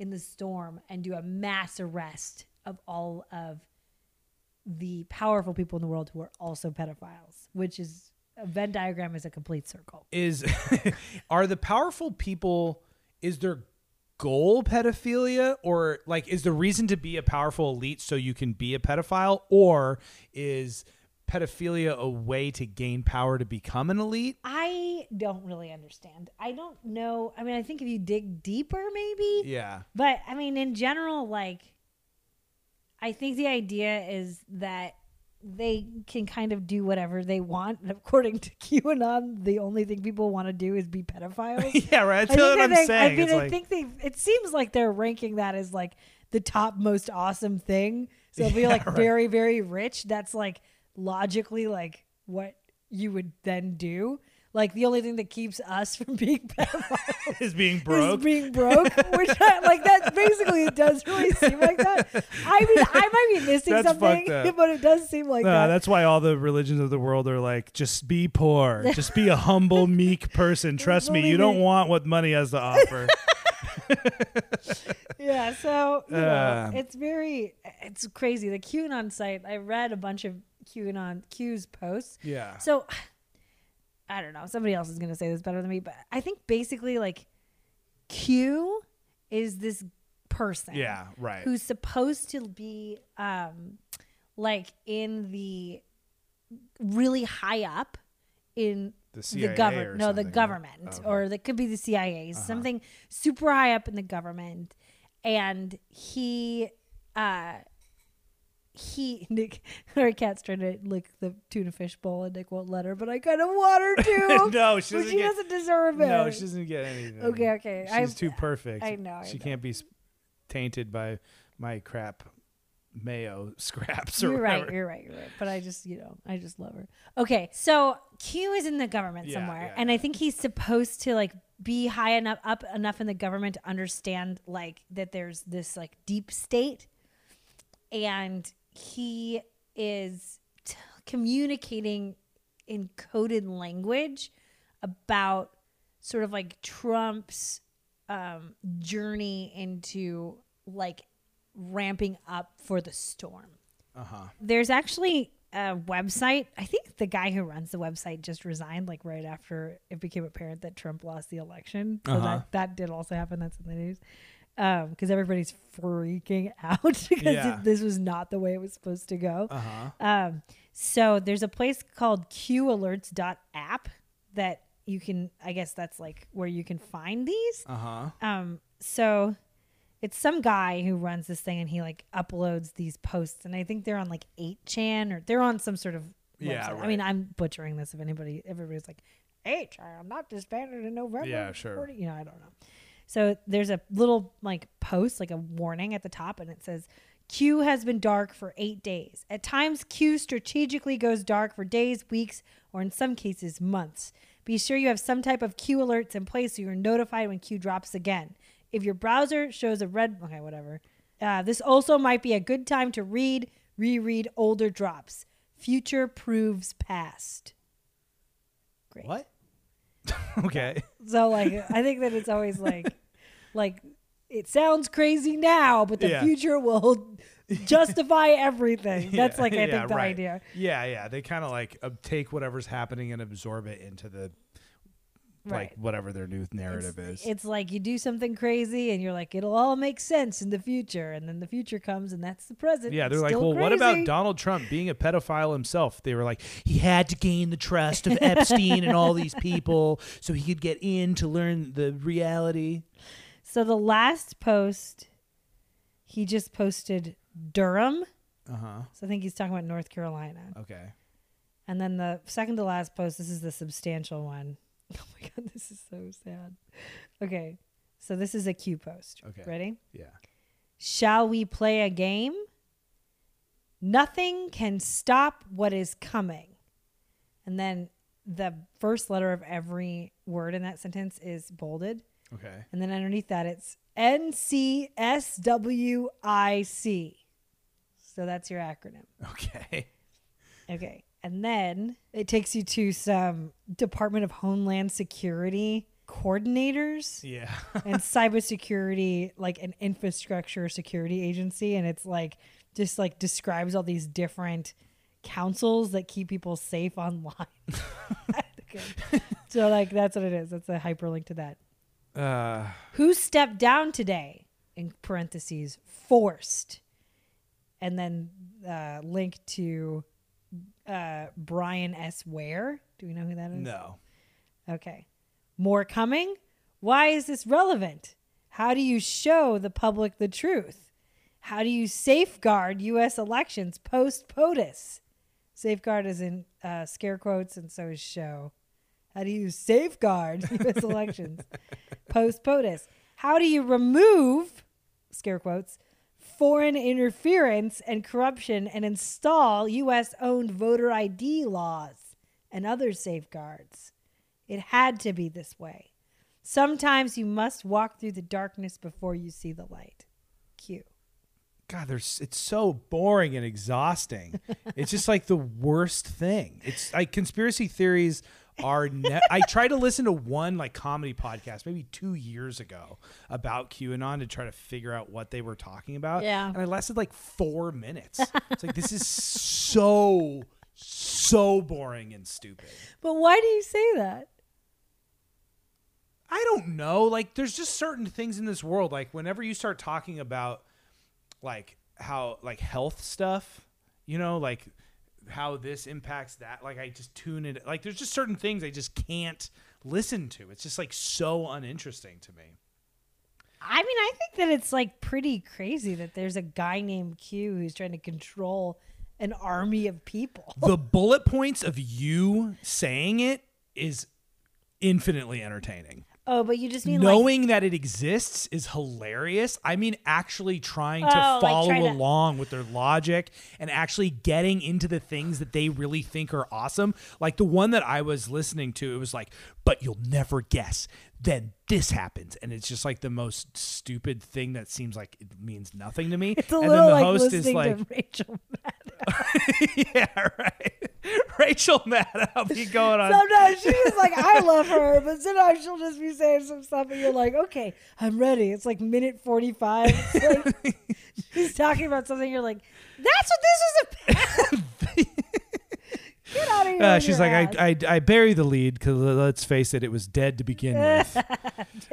in the storm and do a mass arrest of all of the powerful people in the world who are also pedophiles, which is a Venn diagram is a complete circle. Is are the powerful people? Is their goal pedophilia, or like is the reason to be a powerful elite so you can be a pedophile, or is pedophilia a way to gain power to become an elite? I don't really understand. I don't know. I mean, I think if you dig deeper, maybe. Yeah. But I mean, in general, like, I think the idea is that they can kind of do whatever they want. And according to QAnon, the only thing people want to do is be pedophiles. yeah, right. I That's what think I'm that they- saying. I mean, It's I like- think they. It seems like they're ranking that as like the top most awesome thing. So if you're Yeah, like right. very, very rich, that's like logically like what you would then do. Like the only thing that keeps us from being pedophiles is being is being broke. We're not, like that. Basically, it does really seem like that. I mean, I might be missing That's something, fucked up. but it does seem like no, that. that's why all the religions of the world are like, just be poor, just be a humble, meek person. Trust me, you Believe don't it. want what money has to offer. yeah so you know, Uh, it's very it's crazy the qanon site i read a bunch of qanon q's posts yeah. so i don't know somebody else is going to say this better than me but i think basically like q is this person Yeah, right. who's supposed to be um like in the really high up in The CIA govern- or no the something, right? Oh, government Okay. Uh-huh. or that could be the CIA something super high up in the government and he uh he Nick our cat's trying to lick the tuna fish bowl and Nick won't let her but I kind of want her No, she to but doesn't she get- doesn't deserve it no, she doesn't get anything. Okay, okay. She's I've- too perfect. I know, I she know. can't be s- tainted by my crap mayo scraps or You're whatever. right. You're right. You're right. But I just, you know, I just love her. Okay, so Q is in the government Yeah, somewhere, yeah, and yeah. I think he's supposed to like be high enough up enough in the government to understand like that there's this like deep state, and he is t- communicating in coded language about sort of like Trump's um, journey into like ramping up for the storm. Uh-huh. There's actually a website. I think the guy who runs the website just resigned like right after it became apparent that Trump lost the election. So Uh-huh. that, that did also happen. That's in the news. Because everybody's freaking out because Yeah. this was not the way it was supposed to go. Uh huh. Um, so there's a place called qalerts.app that you can, I guess that's like where you can find these. Uh huh. Um, so it's some guy who runs this thing and he like uploads these posts and I think they're on like 8chan or they're on some sort of Yeah, website. I right. mean, I'm butchering this if anybody, everybody's like, 8chan, I'm not disbanded in November. Yeah, sure. Or, you know, I don't know. So there's a little like post, like a warning at the top, and it says, Q has been dark for eight days. At times, Q strategically goes dark for days, weeks, or in some cases, months. Be sure you have some type of Q alerts in place so you're notified when Q drops again. If your browser shows a red, okay, whatever. Uh, this also might be a good time to read, reread older drops. Future proves past. Great. What? okay. So like I think that it's always like like it sounds crazy now, but the Yeah. future will justify everything. That's Yeah, like I think yeah, the right. idea. Yeah, yeah. They kind of like ab- take whatever's happening and absorb it into the Right. like whatever their new narrative is. It's like you do something crazy and you're like, it'll all make sense in the future. And then the future comes and that's the present. yeah, It's they're like, still well, what about crazy." Donald Trump being a pedophile himself? They were like, he had to gain the trust of Epstein and all these people so he could get in to learn the reality. So the last post, he just posted Durham. Uh huh. So I think he's talking about North Carolina. Okay. And then the second to last post, this is the substantial one. Oh my god, this is so sad. Okay. So this is a Q post. Okay. Ready? Yeah. Shall we play a game? Nothing can stop what is coming. And then the first letter of every word in that sentence is bolded. Okay. And then underneath that it's N C S W I C. So that's your acronym. Okay. Okay. And then it takes you to some Department of Homeland Security coordinators Yeah. and cybersecurity, like an infrastructure security agency. And it's like, just like describes all these different councils that keep people safe online. okay. So, like, that's what it is. That's a hyperlink to that. Uh, Who stepped down today? In parentheses, forced. And then uh, link to uh, Brian S. Ware. Do we know who that is? no. Okay. More coming? Why is this relevant? How do you show the public the truth? How do you safeguard U.S. elections post POTUS? Safeguard is in uh, scare quotes, and so is show. How do you safeguard U.S. elections post POTUS? How do you remove, scare quotes, foreign interference and corruption and install U.S. owned voter ID laws and other safeguards? It had to be this way. Sometimes you must walk through the darkness before you see the light. Q. God, there's it's so boring and exhausting. it's just like the worst thing. It's like conspiracy theories are. Ne- I tried to listen to one like comedy podcast maybe two years ago about QAnon to try to figure out what they were talking about. Yeah. and I lasted like four minutes. it's like this is so so boring and stupid. But why do you say that? I don't know. Like, there's just certain things in this world. Like, whenever you start talking about, like, how, like, health stuff, you know, like, how this impacts that, like, I just tune it. Like, there's just certain things I just can't listen to. It's just, like, so uninteresting to me. I mean, I think that it's like pretty crazy that there's a guy named Q who's trying to control an army of people. The bullet points of you saying it is infinitely entertaining. Oh, but you just mean like Knowing that it exists is hilarious. I mean, actually trying to Oh, like follow trying to- along with their logic and actually getting into the things that they really think are awesome. Like the one that I was listening to, it was like, but you'll never guess. Then this happens. And it's just like the most stupid thing that seems like it means nothing to me. it's a and then little the like host is listening like, to Rachel. Maddow. yeah, right. Rachel Maddow be going on. Sometimes she was like, I love her, but sometimes she'll just be saying some stuff and you're like, okay, I'm ready. It's like minute 45. It's like, she's talking about something. You're like, that's what this is about. Get out of here. Uh, with she's your like, ass. I, I, I bury the lead because let's face it, it was dead to begin with.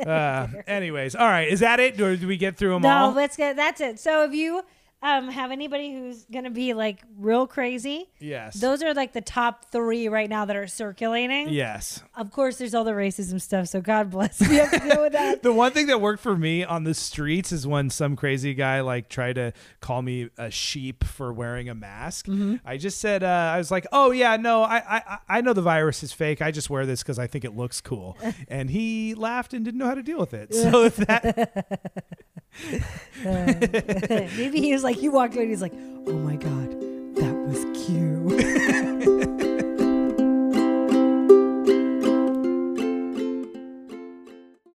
uh, anyways, all right, is that it, or do we get through them all? No, let's get that's it. So if you um, have anybody who's gonna be like real crazy, yes. those are like the top three right now that are circulating. yes. Of course, there's all the racism stuff. So God bless. We have to deal with that. The one thing that worked for me on the streets is when some crazy guy like tried to call me a sheep for wearing a mask. Mm-hmm. I just said uh, I was like, "Oh yeah, no, I I I know the virus is fake. I just wear this because I think it looks cool." and he laughed and didn't know how to deal with it. So if that Maybe he was like, he walked away and he's like, oh my God, that was cute.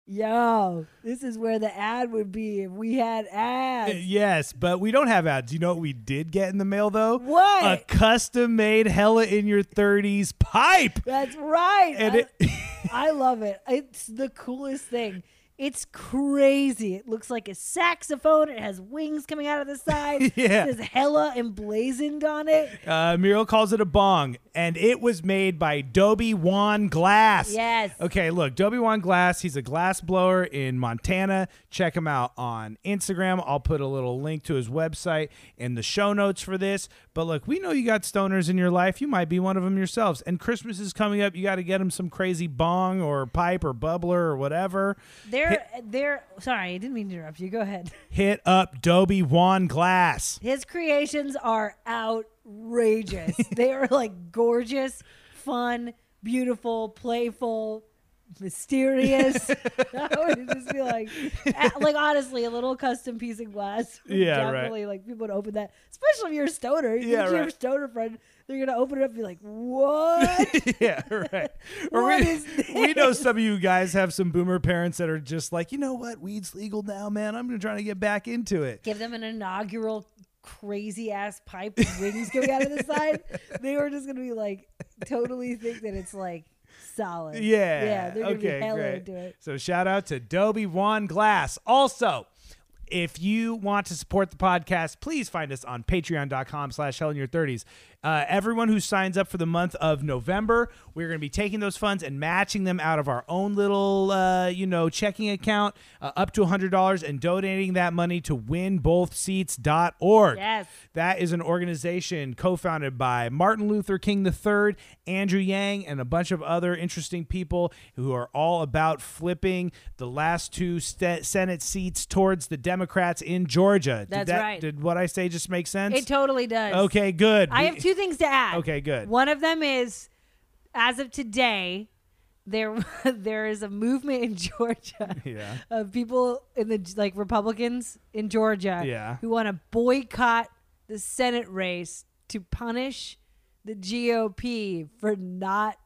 Yo, this is where the ad would be if we had ads. Uh, yes, but we don't have ads. You know what we did get in the mail though? What? A custom made Hella in your 30s pipe. That's right. And I, it I love it. It's the coolest thing. It's crazy. It looks like a saxophone. It has wings coming out of the side. Yeah. It says hella emblazoned on it. Uh, Muriel calls it a bong, and it was made by Dobie Juan Glass. Yes. Okay, look, Dobie Juan Glass, he's a glass blower in Montana. Check him out on Instagram. I'll put a little link to his website in the show notes for this. But look, we know you got stoners in your life. You might be one of them yourselves. And Christmas is coming up. You got to get them some crazy bong or pipe or bubbler or whatever. They're they're sorry, I didn't mean to interrupt you. Go ahead. Hit up Dobie Juan Glass. His creations are outrageous. they are like gorgeous, fun, beautiful, playful, mysterious. I would just be like, a- like honestly, a little custom piece of glass. would Yeah, right. definitely. Like people would open that, especially if you're a stoner. You Yeah, yeah, Your right. stoner friend, they're gonna open it up and be like, "What?" yeah, right. What we, is we know some of you guys have some boomer parents that are just like, you know what, weed's legal now, man. I'm gonna try to get back into it. give them an inaugural crazy ass pipe with wings coming out of the side, they were just gonna be like totally think that it's like solid. Yeah. Yeah, they're gonna okay, be hella great. into it. So shout out to Dobie Juan Glass. Also, if you want to support the podcast, please find us on patreon.com slash hell in your 30s. Uh, everyone who signs up for the month of November, we're going to be taking those funds and matching them out of our own little, uh, you know, checking account uh, up to $100 and donating that money to winbothseats.org. Yes. That is an organization co founded by Martin Luther King III, Andrew Yang, and a bunch of other interesting people who are all about flipping the last two st- Senate seats towards the Democrats in Georgia. Did That's that- right. Did what I say just make sense? It totally does. okay, good. I We- have two things to add. Okay, good. One of them is as of today, there there is a movement in Georgia Yeah. of people in the like Republicans in Georgia Yeah. who want to boycott the Senate race to punish the GOP for not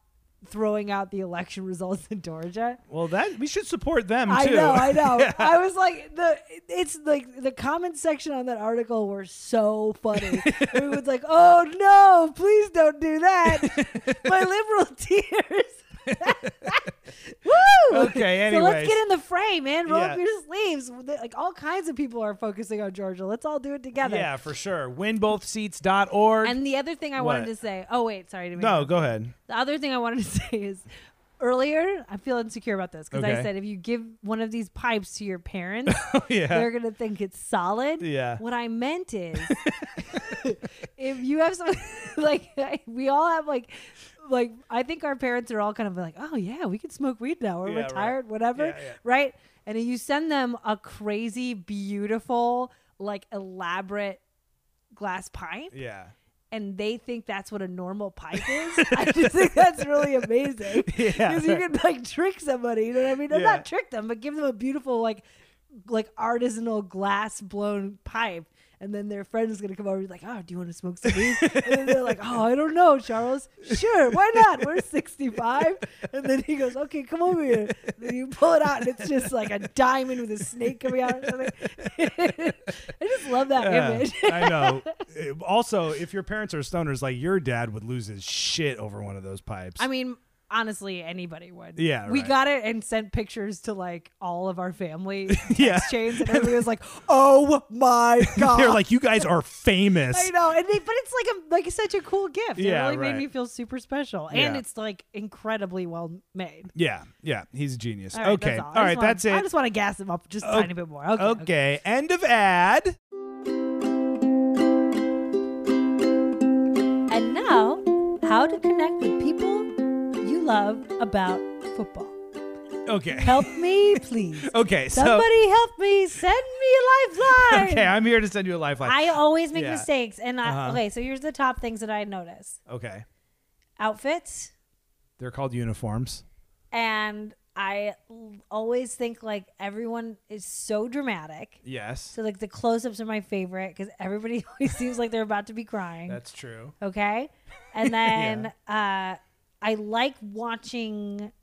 throwing out the election results in Georgia. Well, that we should support them too. I know, I know. I was like the it's like the comment section on that article were so funny. it was like, "Oh no, please don't do that." My liberal tears. Woo! Okay, So anyways. let's get in the fray, man. Roll up Yeah. your sleeves. Like all kinds of people are focusing on Georgia. Let's all do it together. yeah, for sure. Winbothseats.org. And the other thing I What? wanted to say. Oh wait, sorry to me. no, go ahead. The other thing I wanted to say is earlier, I feel insecure about this because Okay. I said if you give one of these pipes to your parents, yeah. they're going to think it's solid. Yeah. What I meant is if you have some, like, we all have, like, like I think our parents are all kind of like, oh yeah, we can smoke weed now. We're Yeah, right. retired, whatever, Yeah, yeah. right? And you send them a crazy, beautiful, like elaborate glass pipe, yeah. and they think that's what a normal pipe is. I just think that's really amazing Yeah. because you can like trick somebody. You know what I mean? Or Yeah. Not trick them, but give them a beautiful like like artisanal glass blown pipe. And then their friend is gonna come over and be like, "Oh, do you want to smoke some weed?" and then they're like, "Oh, I don't know, Charles. Sure, why not? We're 65." And then he goes, "Okay, come over here." Then you pull it out, and it's just like a diamond with a snake coming out. Or something. I just love that Yeah, image. I know. uh, also, if your parents are stoners, like your dad would lose his shit over one of those pipes. I mean, honestly, anybody would. Yeah, We right. got it and sent pictures to like all of our family text Yeah. chains, and everybody was like, "Oh my god!" they're like, you guys are famous. I know, and they, but it's like a like such a cool gift. Yeah, it really right. made me feel super special, and Yeah. it's like incredibly well made. Yeah, yeah, he's a genius. All right, okay, that's all, all I right, just wanna- that's it. I just want to gas him up just a Oh, tiny bit more. Okay, okay, okay. end of ad. And now, how to connect with people you love about football. Okay, Help me, please. okay, so Somebody help me. Send me a lifeline. okay, I'm here to send you a lifeline. I always make Yeah. mistakes, and I, Uh-huh. okay. So here's the top things that I notice: okay, outfits, they're called uniforms. and I l- always think like everyone is so dramatic. Yes, So like the close-ups are my favorite because everybody always seems like they're about to be crying. that's true. okay, and then uh, I like watching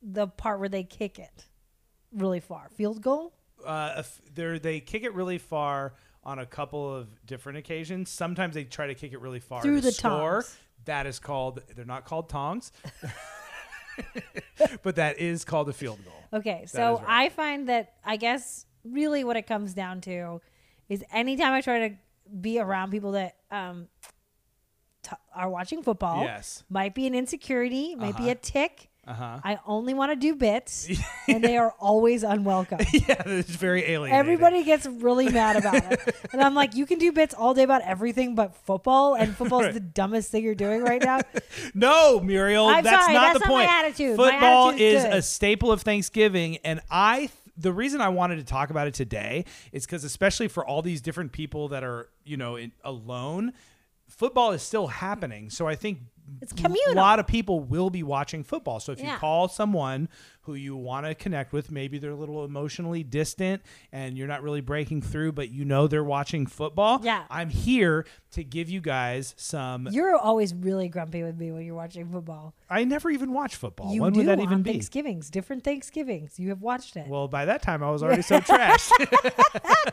the part where they kick it really far, field goal. Uh, if they're, they kick it really far on a couple of different occasions. Sometimes they try to kick it really far Through to the score. tongs. That is called. They're not called tongs, but that is called a field goal. Okay, so is right. I find that I guess really what it comes down to is anytime I try to be around people that um, t- are watching football, Yes. might be an insecurity, might be a tick. Uh-huh. I only want to do bits, and they are always unwelcome. Yeah, it's very alien. Everybody gets really mad about it. And I'm like, you can do bits all day about everything but football, and football's Right. the dumbest thing you're doing right now. No, Muriel, I'm that's sorry, not that's the not my point. attitude. My Football attitude's is good. a staple of Thanksgiving, and I. Th- the reason I wanted to talk about it today is because, especially for all these different people that are, you know, in, alone, football is still happening. So I think It's a communal. lot of people will be watching football. So if you Yeah. call someone who you want to connect with, maybe they're a little emotionally distant and you're not really breaking through, but you know they're watching football. Yeah. I'm here to give you guys some You're always really grumpy with me when you're watching football. I never even watch football. You when do would that even on be? Thanksgivings, different Thanksgivings. You have watched it. Well, by that time, I was already so trashed.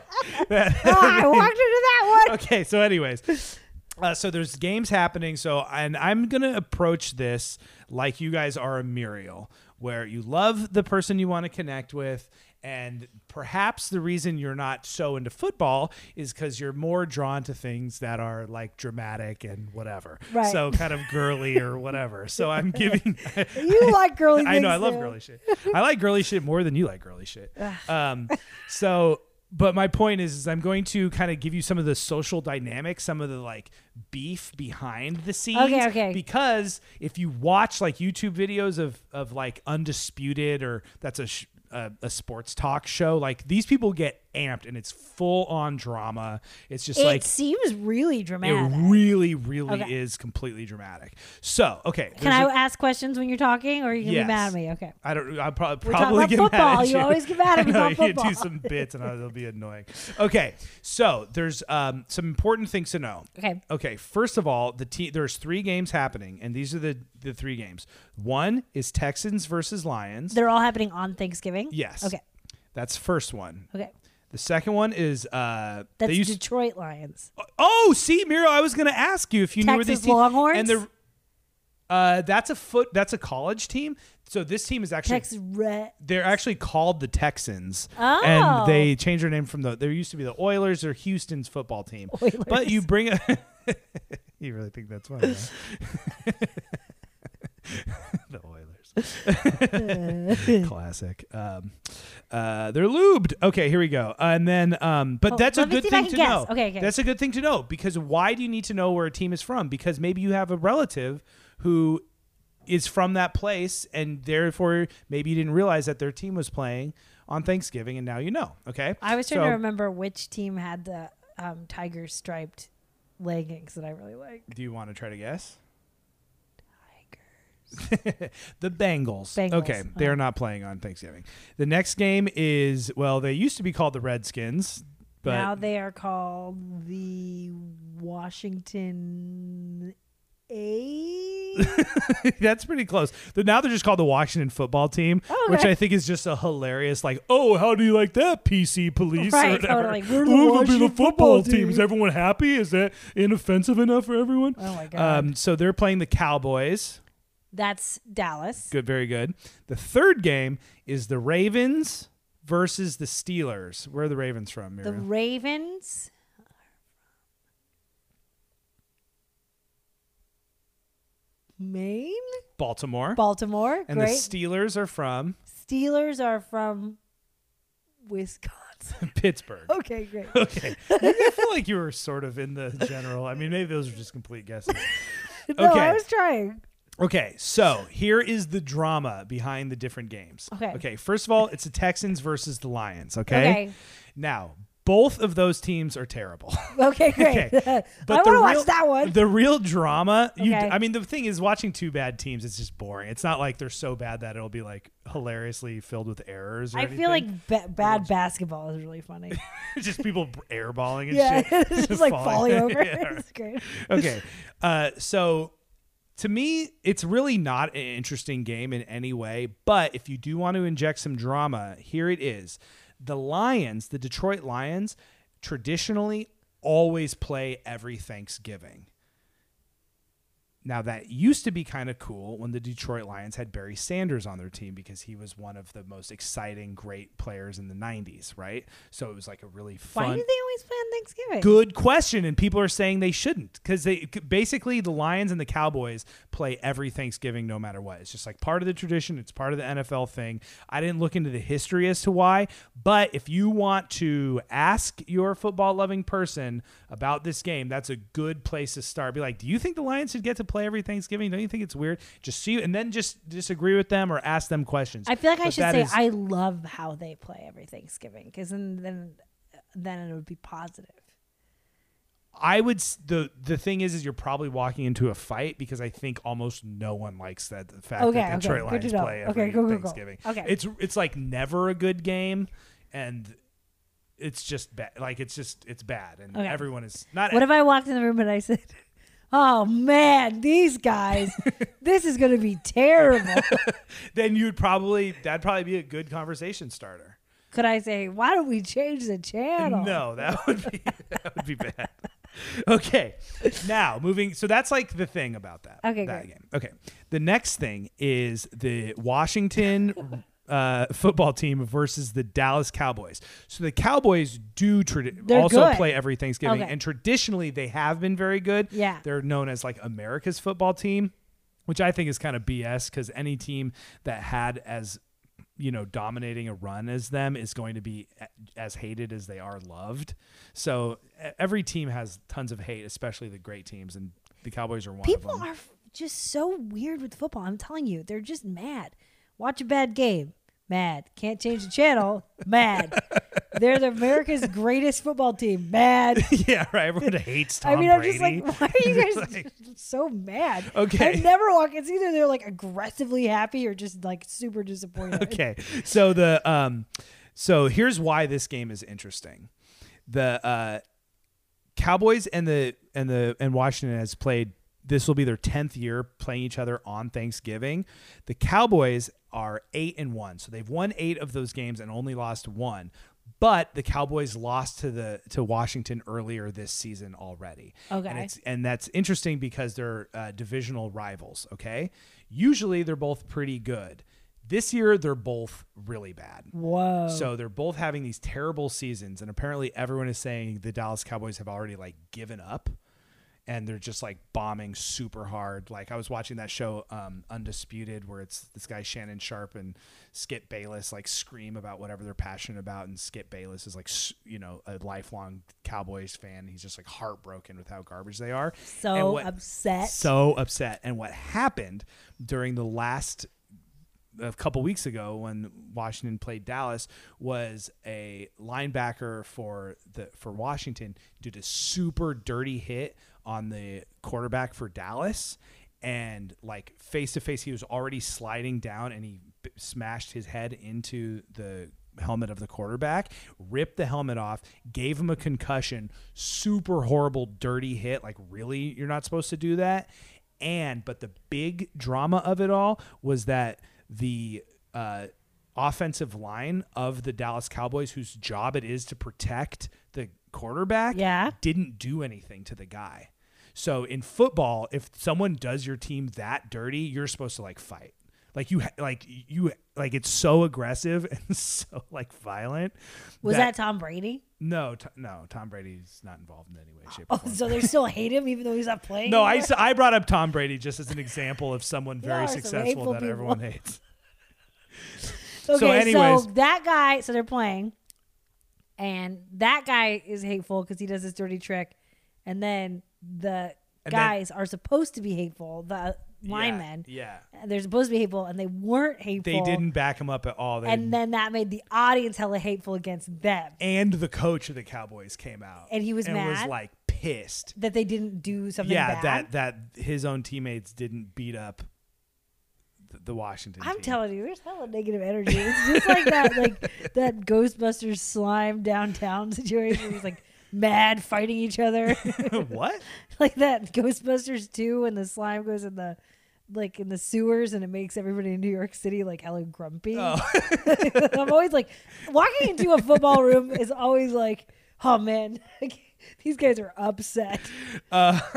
oh, I walked into that one. okay, so anyways, uh, so there's games happening. So, and I'm gonna approach this like you guys are a Muriel, where you love the person you want to connect with. And perhaps the reason you're not so into football is because you're more drawn to things that are like dramatic and whatever. Right. So kind of girly or whatever. So I'm giving You like girly I know. things I love too. girly shit. I like girly shit more than you like girly shit. Um, so, but my point is, is I'm going to kind of give you some of the social dynamics, some of the like beef behind the scenes. Okay, okay. Because if you watch like YouTube videos of of like Undisputed or that's a sh- a, a sports talk show, like these people get amped and it's full on drama. It's just It like. seems really dramatic. It really, really Okay. is completely dramatic. So, okay. Can there's I a- ask questions when you're talking, or are you gonna Yes. be mad at me? Okay. I don't. I probably We're probably talking get about mad football. at You you. always get mad I at me know, about You do football. some bits, and it'll be annoying. Okay, so there's um, some important things to know. Okay. Okay. First of all, the te- there's three games happening, and these are the the three games. One is Texans versus Lions. They're all happening on Thanksgiving. yes. Okay. That's first one. Okay. The second one is uh, That's they used. Detroit Lions. oh, see, Miro, I was going to ask you if you knew where Texas these teams Longhorns? and the. Uh, that's a foot. That's a college team. So this team is actually Texas Red. they're actually called the Texans, Oh. and they changed their name from the. There used to be the Oilers or Houston's football team, but you bring a. you really think that's funny? huh? the Oilers, classic. Um, uh, they're lubed. Okay, here we go. And then, um, but Oh, that's a let me good see if I thing to can guess. know. Okay, okay. That's a good thing to know because why do you need to know where a team is from? Because maybe you have a relative who is from that place and therefore maybe you didn't realize that their team was playing on Thanksgiving and now you know. Okay. I was trying So, to remember which team had the um, tiger striped leggings that I really like. Do you want to try to guess? the Bengals. Bengals. Okay, they're not playing on Thanksgiving. The next game is well, they used to be called the Redskins, but now they are called the Washington eight. That's pretty close. They're- Now they're just called the Washington football team, Oh, which okay. I think is just a hilarious, like, oh, how do you like that, PC police? Right, or whatever. totally. We're the Ooh, it'll be Washington the football football team. Is team. everyone happy? Is that inoffensive enough for everyone? Oh, my God. Um, so they're playing the Cowboys. That's Dallas. Good, very good. The third game is the Ravens versus the Steelers. Where are the Ravens from, The Miriam? Ravens. Maine? Baltimore. Baltimore. and the Great. Steelers are from Steelers are from Wisconsin. Pittsburgh. okay, great. Okay. Maybe I feel like you were sort of in the general. I mean, maybe those were just complete guesses. No, Okay. I was trying. Okay, so here is the drama behind the different games. Okay. Okay, first of all, it's the Texans versus the Lions, okay? Okay. Now, both of those teams are terrible. Okay, great. okay. I the want to real- watch that one. The real drama, you Okay. I mean, the thing is watching two bad teams, it's just boring. It's not like they're so bad that it'll be like hilariously filled with errors or I anything. feel like ba- bad basketball is really funny. just people airballing and yeah, shit. it's just like falling over. Yeah, It's great. okay. Uh, so to me, it's really not an interesting game in any way. But if you do want to inject some drama, here it is. The Lions, the Detroit Lions, traditionally always play every Thanksgiving. Now that used to be kind of cool when the Detroit Lions had Barry Sanders on their team because he was one of the most exciting great players in the 90s, right? So it was like a really fun Why do they always play on Thanksgiving? Good question, and people are saying they shouldn't because they basically the Lions and the Cowboys play every Thanksgiving, no matter what. It's just like part of the tradition. It's part of the NFL thing. I didn't look into the history as to why, but if you want to ask your football-loving person about this game, that's a good place to start. Be like, do you think the Lions should get to play every Thanksgiving? Don't you think it's weird? Just see, and then just disagree with them or ask them questions. I feel like I But should that say is- I love how they play every Thanksgiving because then, then then it would be positive. I would s- the the thing is is you're probably walking into a fight because I think almost no one likes that the fact Okay, that okay, the Detroit good Lions to know. play Okay, every go, go, go. Thanksgiving. Okay. It's it's like never a good game and it's just bad like it's just it's bad and Okay. everyone is not What if I walked in the room and I said, "Oh man, these guys, this is going to be terrible." then you'd probably that'd probably be a good conversation starter. Could I say, "Why don't we change the channel?" No, that would be that would be bad. Okay. Now moving so that's like the thing about that. Okay, that great. game. Okay. The next thing is the Washington uh, football team versus the Dallas Cowboys. So the Cowboys do tradi- They're also good. play every Thanksgiving Okay. and traditionally they have been very good. Yeah. They're known as like America's football team, which I think is kind of BS cuz any team that had as you know dominating a run as them is going to be a- as hated as they are loved. So e- every team has tons of hate, especially the great teams, and the Cowboys are one People of them. are f- just so weird with football. I'm telling you, they're just mad. Watch a bad game, mad. Can't change the channel, mad. They're the America's greatest football team, mad. yeah, right. Everyone hates Tom I mean, Brady. I'm just like, why are you guys Like- so mad? Okay. I never walk. It's either they're like aggressively happy or just like super disappointed. okay. So the um so here's why this game is interesting. The uh Cowboys and the and the and Washington has played this will be their 10th year playing each other on Thanksgiving. The Cowboys are 8 and 1. So they've won 8 of those games and only lost one. But the Cowboys lost to the to Washington earlier this season already. Okay. And it's and that's interesting because they're uh, divisional rivals, okay? Usually they're both pretty good. This year they're both really bad. Whoa. So they're both having these terrible seasons, and apparently everyone is saying the Dallas Cowboys have already like given up, and they're just like bombing super hard. Like I was watching that show um, Undisputed, where it's this guy Shannon Sharp and Skip Bayless like scream about whatever they're passionate about, and Skip Bayless is like s- you know a lifelong Cowboys fan. He's just like heartbroken with how garbage they are. so And what- upset. so upset. And what happened during the last a couple weeks ago when Washington played Dallas was a linebacker for the for Washington did a super dirty hit on the quarterback for Dallas and like face to face he was already sliding down and he b- smashed his head into the helmet of the quarterback, ripped the helmet off, gave him a concussion, super horrible, dirty hit. Like, really, you're not supposed to do that. And but the big drama of it all was that the uh, offensive line of the Dallas Cowboys, whose job it is to protect the quarterback, Yeah. didn't do anything to the guy. So in football, if someone does your team that dirty, you're supposed to like fight. Like you, ha- like you, like it's so aggressive and so like violent. Was that, Tom Brady? no, t- no? Tom Brady's not involved in any way, shape, or Oh, form. so they still hate him even though he's not playing. no, I, anymore? s- I brought up Tom Brady just as an example of someone very are some hateful successful that people. everyone hates. Okay, so anyways- that guy, so they're playing, and that guy is hateful because he does this dirty trick, and then the And then- guys are supposed to be hateful. The linemen, Yeah. they're supposed to be hateful, and they weren't hateful. They didn't back him up at all. They And then that made the audience hella hateful against them and the coach of the Cowboys came out And he was and was mad? like pissed. that they didn't do something. yeah, bad. that that his own teammates didn't beat up the, the Washington. I'm team. telling you, there's hella negative energy. It's just like that, like that Ghostbusters slime downtown situation. It was like mad fighting each other. what? like that Ghostbusters 2 when the slime goes in the like in the sewers and it makes everybody in New York City like hella grumpy. Oh. I'm always like walking into a football room is always like, oh man, like, these guys are upset. Uh,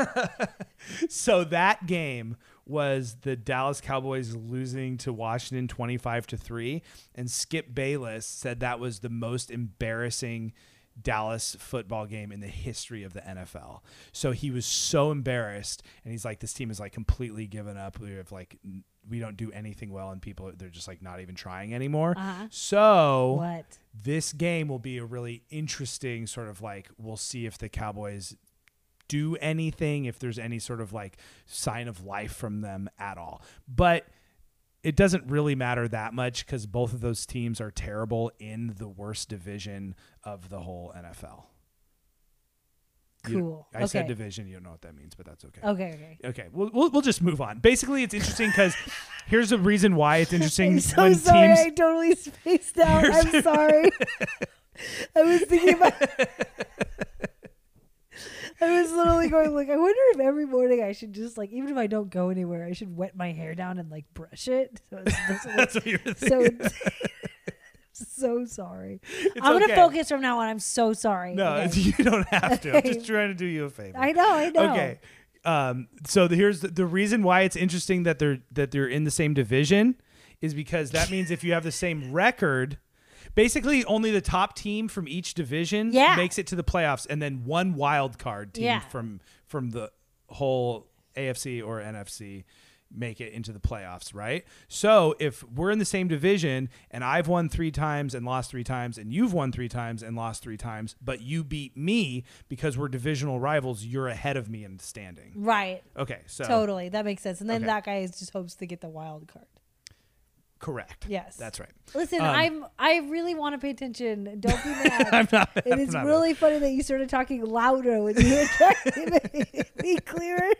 So that game was the Dallas Cowboys losing to Washington 25 to 3 and Skip Bayless said that was the most embarrassing Dallas football game in the history of the NFL. So he was so embarrassed and he's like this team is like completely given up. We have like n- we don't do anything well and people they're just like not even trying anymore. So What? this game will be a really interesting sort of like we'll see if the Cowboys do anything, if there's any sort of like sign of life from them at all. But it doesn't really matter that much because both of those teams are terrible in the worst division of the whole NFL. You- Cool. I okay. said division. You don't know what that means, but that's okay. Okay, okay. Okay, we'll, we'll, we'll just move on. Basically, it's interesting because here's the reason why it's interesting I'm so when sorry. teams. I totally spaced out. I'm Here's- sorry. I was thinking about. I was literally going like, I wonder if every morning I should just like, even if I don't go anywhere, I should wet my hair down and like brush it. So it's, this That's what you're thinking. so. It's, so sorry. I'm gonna okay. focus from now on. I'm so sorry. No, Okay. you don't have to. I'm Okay. just trying to do you a favor. I know. I know. Okay. Um, so the, here's the, the reason why it's interesting that they're that they're in the same division is because that means if you have the same record, basically only the top team from each division Yeah. makes it to the playoffs, and then one wild card team Yeah. from from the whole AFC or NFC make it into the playoffs, right? So if we're in the same division and I've won 3 times and lost 3 times and you've won 3 times and lost 3 times, but you beat me because we're divisional rivals, you're ahead of me in the standing. Right. Okay, so Totally. That makes sense. And then Okay. that guy is just hopes to get the wild card. correct. Yes. That's right. Listen, I'm I really want to pay attention. Don't be mad. I'm not it I'm is not- really funny that you started talking louder when you were trying to make- be clearer.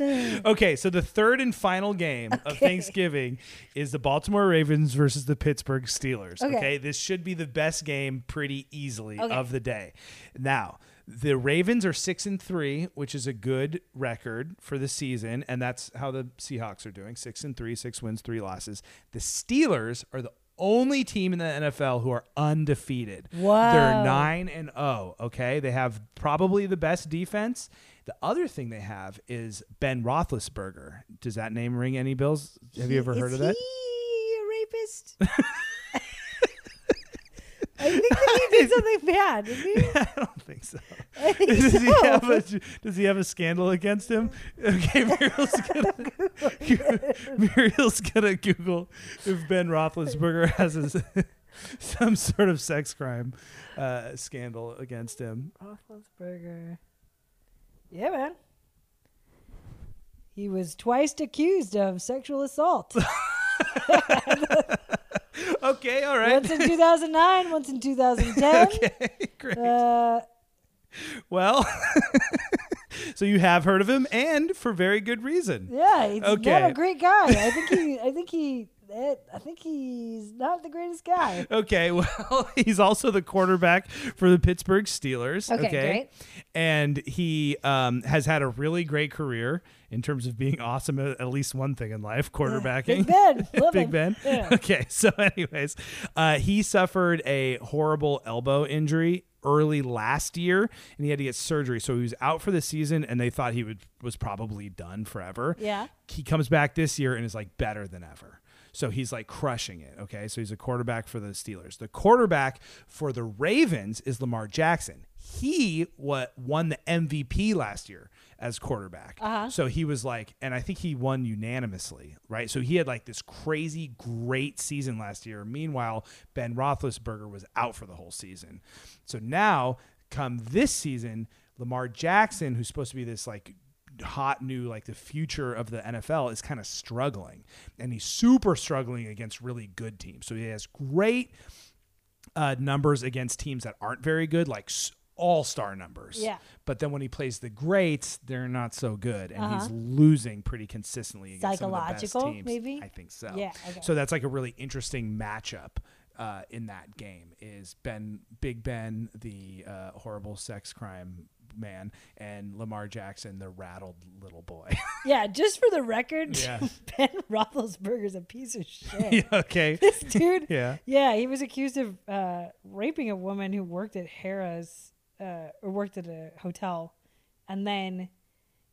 Okay, so the third and final game of Thanksgiving is the Baltimore Ravens versus the Pittsburgh Steelers. Okay. Okay. this should be the best game pretty easily Okay. of the day. Now, the Ravens are six and three, which is a good record for the season, and that's how the Seahawks are doing: six and three, six wins, three losses. The Steelers are the only team in the NFL who are undefeated. Whoa. They're nine and zero. Okay, they have probably the best defense. The other thing they have is Ben Roethlisberger. Does that name ring any bells? Have you ever heard is of that? he a rapist? I think that he did something bad, didn't he? I don't think so. I think Does he so. have a Does he have a scandal against him? Okay, Muriel's gonna Muriel's gonna Google if Ben Roethlisberger has his, some sort of sex crime uh, scandal against him. Roethlisberger. Yeah, man. He was twice accused of sexual assault. Okay, all right, once in 2009, once in 2010. great. Uh, Well, so you have heard of him, and for very good reason. yeah, he's not Okay. a great guy. I think he, I think he it, I think he's not the greatest guy. Okay, well, he's also the quarterback for the Pittsburgh Steelers. Okay, Okay, great. and he um, has had a really great career in terms of being awesome at at least one thing in life: quarterbacking. Big Ben, love Big him. Ben. Yeah. Okay, so anyways, uh, he suffered a horrible elbow injury early last year, and he had to get surgery. So he was out for the season, and they thought he would was probably done forever. Yeah. He comes back this year and is like better than ever. So he's like crushing it. Okay, so he's a quarterback for the Steelers. The quarterback for the Ravens is Lamar Jackson. He what won the MVP last year as quarterback. Uh-huh. So he was like, and I think he won unanimously, right? So he had like this crazy great season last year. Meanwhile, Ben Roethlisberger was out for the whole season. So now, come this season, Lamar Jackson, who's supposed to be this like hot new like the future of the NFL is kind of struggling and he's super struggling against really good teams. So he has great uh, numbers against teams that aren't very good, like all star numbers. Yeah. But then when he plays the greats, they're not so good, and he's losing pretty consistently against some of the best Uh-huh. Psychological, teams. maybe? I think so. Yeah, okay. So that's like a really interesting matchup. Uh, in that game is Ben Big Ben, the uh, horrible sex crime man, and Lamar Jackson, the rattled little boy. Yeah, just for the record, Yeah. Ben Roethlisberger's a piece of shit. okay. This dude. Yeah. Yeah, he was accused of uh, raping a woman who worked at Harrah's uh, or worked at a hotel, and then,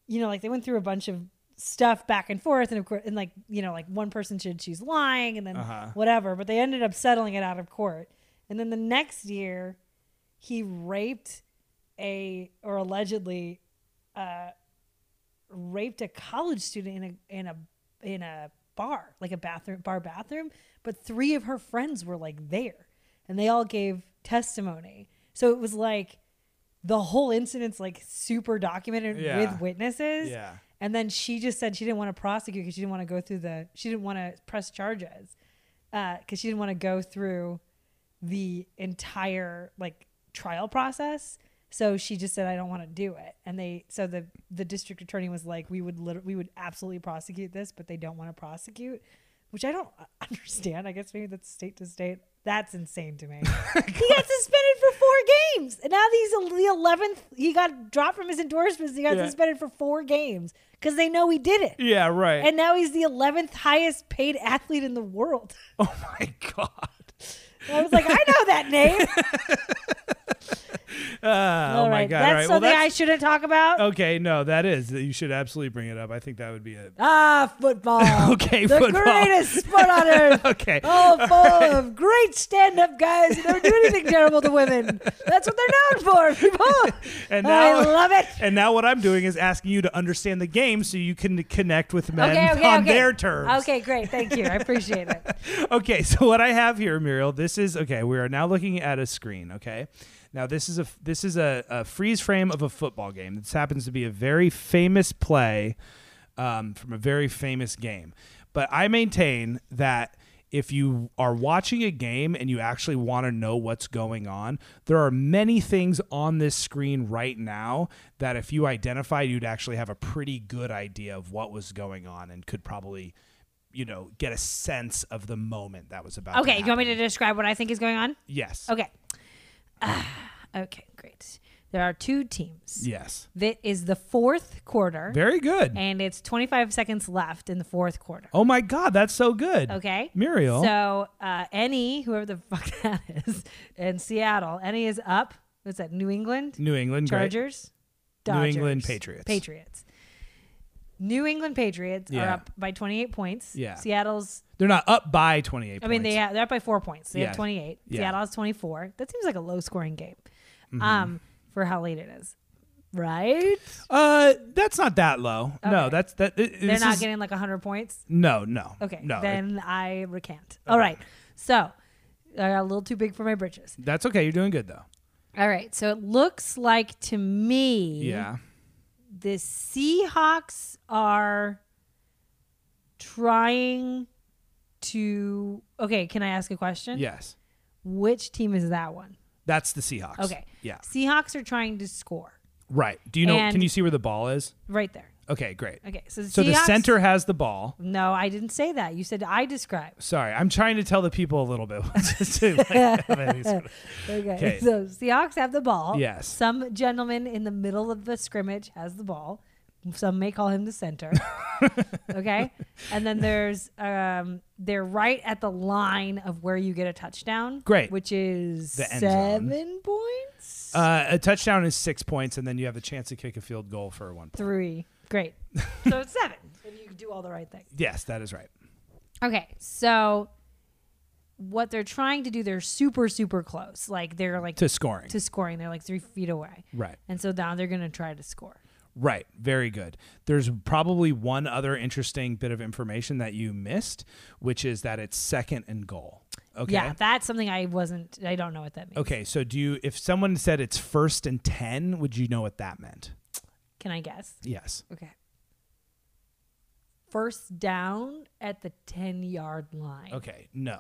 you know, like they went through a bunch of stuff back and forth, and of course, and like you know, like one person said she's lying, and then whatever, but they ended up settling it out of court, and then the next year, he raped a or allegedly uh, raped a college student in a in a in a bar, like a bathroom bar bathroom, but three of her friends were like there and they all gave testimony. So it was like the whole incident's like super documented Yeah. with witnesses. Yeah. And then she just said she didn't want to prosecute because she didn't want to go through the she didn't want to press charges because uh, she didn't want to go through the entire like trial process. So she just said, "I don't want to do it." And they, so the the district attorney was like, "We would lit- we would absolutely prosecute this, but they don't want to prosecute," which I don't understand. I guess maybe that's state to state. That's insane to me. he got suspended for four games, and now he's el- the eleventh. He got dropped from his endorsements. He got Yeah. suspended for four games because they know he did it, Yeah, right. and now he's the eleventh highest paid athlete in the world. oh my god. I was like, I know that name. Uh, oh All my god. right, All right. That's Well, something that's I shouldn't talk about. Okay, no, that is. You should absolutely bring it up. I think that would be a Ah, football. Okay, the football. greatest sport on earth. Okay. Oh, full of great stand-up guys who don't do anything terrible to women. That's what they're known for, people. And I now- love it. And now what I'm doing is asking you to understand the game so you can connect with men Okay, okay, on okay. their terms. Okay, great. Thank you. I appreciate it. okay, so what I have here, Muriel, this is okay. We are now looking at a screen. Okay, now this is a this is a, a freeze frame of a football game. This happens to be a very famous play um, from a very famous game. But I maintain that if you are watching a game and you actually want to know what's going on, there are many things on this screen right now that if you identified, you'd actually have a pretty good idea of what was going on and could probably you know, get a sense of the moment that was about. Okay, you want me to describe what I think is going on? Yes. Okay. Ah, okay, great. There are two teams. Yes. That is the fourth quarter, Very good. and it's 25 seconds left in the fourth quarter. oh my God, that's so good. Okay. Muriel. So uh, any whoever the fuck that is in Seattle, any is up. What's that? New England New England great. Chargers, New Dodgers, England Patriots. Patriots. New England Patriots are Yeah. up by 28 points. Yeah. Seattle's. They're not up by 28 I mean, they points. have, they're up by four points. They have Yeah. 28. Yeah. Mm-hmm. Seattle has 24. That seems like a low scoring game, um, for how late it is, right? Uh, that's that. They're low. No, that's that. It, They're not getting like 100 points. No, no. Okay, No. then I recant. All right, so I got a little too big for my britches. that's okay. You're doing good though. All right. So it looks like to me Yeah. the Seahawks are trying to Okay, can I ask a question? Yes. Which team is that one? That's the Seahawks. Okay. Yeah. Seahawks are trying to score Right. Do you know? And- can you see where the ball is? right there. Okay, great. Okay, so, So the Seahawks- center has the ball. No, I didn't say that. You said I describe. Sorry, I'm trying to tell the people a little bit. Just to, like, have any sort of- Okay. Okay. So Seahawks have the ball. Yes. Some gentleman in the middle of the scrimmage has the ball. Some may call him the center. okay. And then there's um they're right at the line of where you get a touchdown. Great. Which is The end zone. seven points. uh, a touchdown is six points, and then you have the chance to kick a field goal for one point. Three. Great. so it's seven. If you do all the right things. Yes, that is right. Okay, so what they're trying to do, they're super, super close. Like they're like To scoring. to scoring. They're like three feet away. Right. And so now they're gonna try to score. Right. Very good. There's probably one other interesting bit of information that you missed, which is that it's second and goal. Okay. Yeah, that's something I wasn't. I don't know what that means. Okay. So do you, if someone said it's first and 10, would you know what that meant? Can I guess? Yes. Okay. First down at the ten yard line. Okay. No.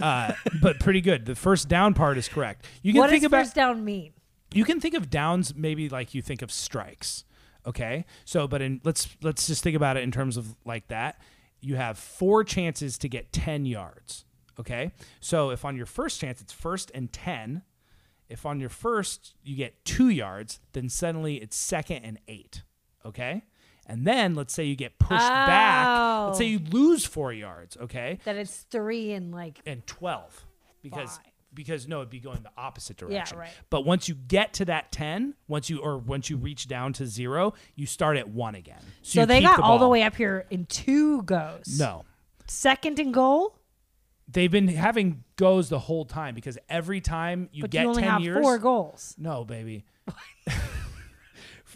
Uh, but pretty good. The first down part is correct. You can What think does about first down mean? you can think of downs maybe like you think of strikes okay so but in let's let's just think about it in terms of like that you have four chances to get 10 yards okay so if on your first chance it's first and 10 if on your first you get 2 yards then suddenly it's second and 8 okay and then let's say you get pushed back let's say Oh. you lose 4 yards okay That it's three and like and 12 because Five. because no it'd be going the opposite direction right. but once you get to that 10 once you or once you reach down to zero you start at one again so you they keep got all the ball. way up here in two goes. no Second and goal, they've been having goes the whole time because every time you but get you only 10 have years four goals. no baby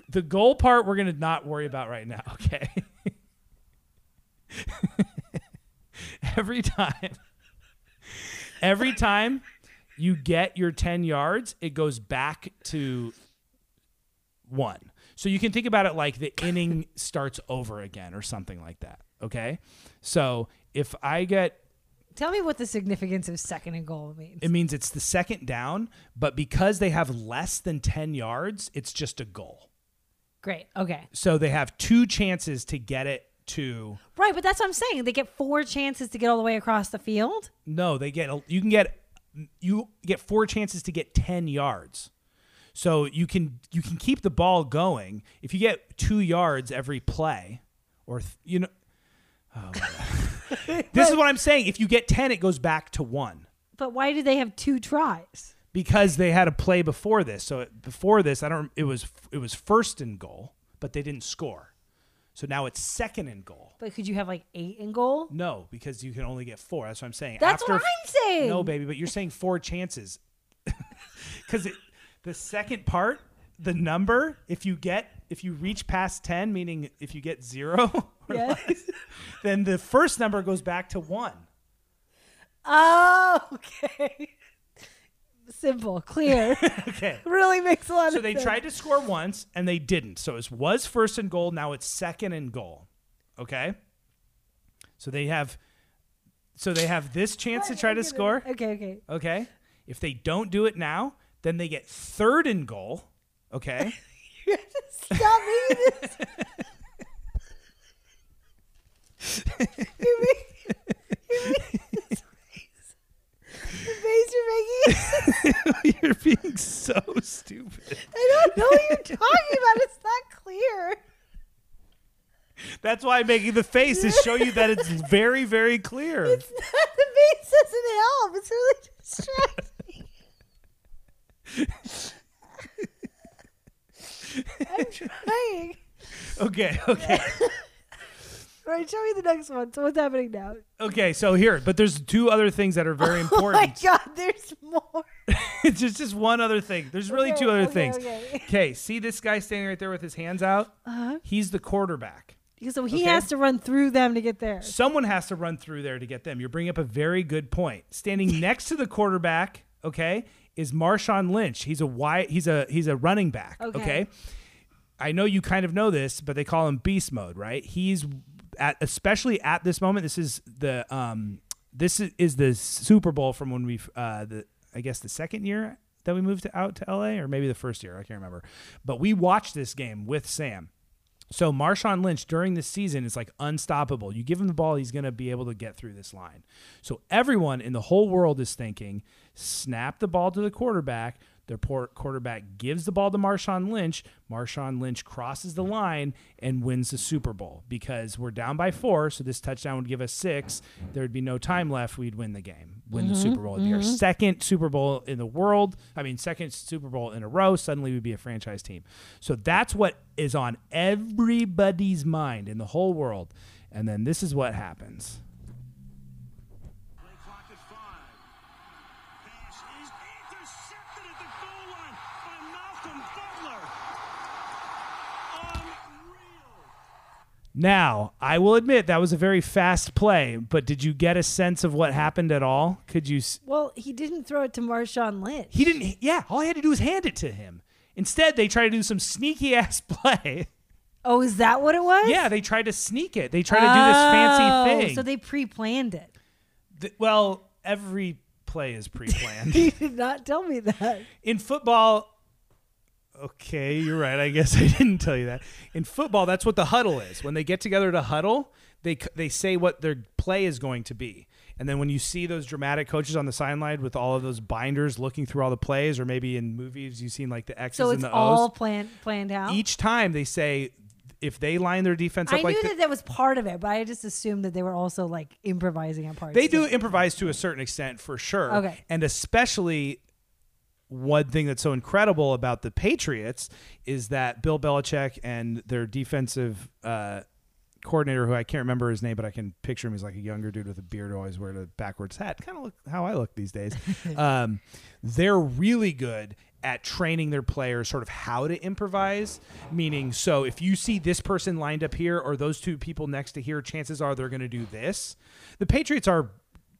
the goal part we're gonna not worry about right now okay every time every time you get your 10 yards it goes back to one so you can think about it like the inning starts over again or something like that okay so if i get Tell me what the significance of second and goal means. it means it's the second down but because they have less than 10 yards it's just a goal Great. Okay. so they have two chances to get it to Right, but that's what I'm saying. They get four chances to get all the way across the field. No, they get you can get you get four chances to get 10 yards. So you can you can keep the ball going. If you get 2 yards every play or th- you know oh, my God. This is what I'm saying. If you get 10 it goes back to 1 But why do they have two tries? because they had a play before this. So it- before this, I don't it was it was first and goal, but they didn't score. So now it's second and goal. But could you have like eight in goal? No, because you can only get four. That's what I'm saying. That's what I'm saying. No, baby, but you're saying four chances. Because the second part, the number, if you get, if you reach past 10, meaning if you get zero, or Yes. less, then the first number goes back to one. Oh, okay. Simple, clear. Okay. really makes a lot So of they sense. tried to score once and they didn't. So it was first and goal. Now it's second and goal. Okay. So they have, so they have this chance to try to score. Okay, okay. Okay. If they don't do it now, then they get third and goal. Okay. Stop making this. you make, you make this face. The face you're making. You're being so stupid. I don't know what you're talking about. It's not clear. That's why I'm making the face to show you that it's very, very clear. It's not the base doesn't help. It's really distracting. I'm trying. Okay. Okay. All right, show me the next one. So what's happening now? Okay. So here, but there's two other things that are very Oh my important. god, there's more. it's just, just one other thing. There's really Okay, two other okay, things. okay. Okay. See this guy standing right there with his hands out? Uh-huh. He's the quarterback. So he Okay. has to run through them to get there. Someone has to run through there to get them. You're bringing up a very good point. Standing next to the quarterback, okay, is Marshawn Lynch. He's a wide, he's a he's a running back. Okay. Okay. I know you kind of know this, but they call him beast mode, right? He's at especially at this moment. This is the um this is, is the Super Bowl from when we uh the I guess the second year that we moved to, out to LA or maybe the first year, I can't remember. But we watched this game with Sam So Marshawn Lynch during this season is like unstoppable. You give him the ball, he's going to be able to get through this line. So everyone in the whole world is thinking, snap the ball to the quarterback. Their poor quarterback gives the ball to Marshawn Lynch. Marshawn Lynch crosses the line and wins the Super Bowl because we're down by four. So this touchdown would give us six. There would be no time left. We'd win the game, win Mm-hmm. the Super Bowl. It'd be our second Super Bowl in the world. I mean, second Super Bowl in a row. Suddenly we'd be a franchise team. So that's what is on everybody's mind in the whole world. And then this is what happens. Play clock at five. Pass is intercepted at the goal line by Malcolm Butler. Unreal. Now, I will admit that was a very fast play, but did you get a sense of what happened at all? Could you? s- Well, he didn't throw it to Marshawn Lynch. He didn't. Yeah, all I had to do was hand it to him. Instead, they tried to do some sneaky ass play. oh, is that what it was? Yeah, they tried to sneak it. They tried to do this Oh, fancy thing. So they pre-planned it. Th- well, every play is pre-planned. He did not tell me that. in football okay you're right i guess i didn't tell you that in football that's what the huddle is when they get together to huddle they c- they say what their play is going to be and then when you see those dramatic coaches on the sideline with all of those binders looking through all the plays or maybe in movies you've seen like the x's So and it's the all o's planned planned out. each time they say if they line their defense up I like knew thi- that that was part of it, but I just assumed that they were also like improvising on parts. They of do it. improvise to a certain extent for sure. Okay. And especially one thing that's so incredible about the Patriots is that Bill Belichick and their defensive uh, coordinator, who I can't remember his name, but I can picture him. He's like a younger dude with a beard, who always wears a backwards hat. Kind of look how I look these days. um, they're really good at training their players sort of how to improvise meaning so if you see this person lined up here or those two people next to here chances are they're going to do this the patriots are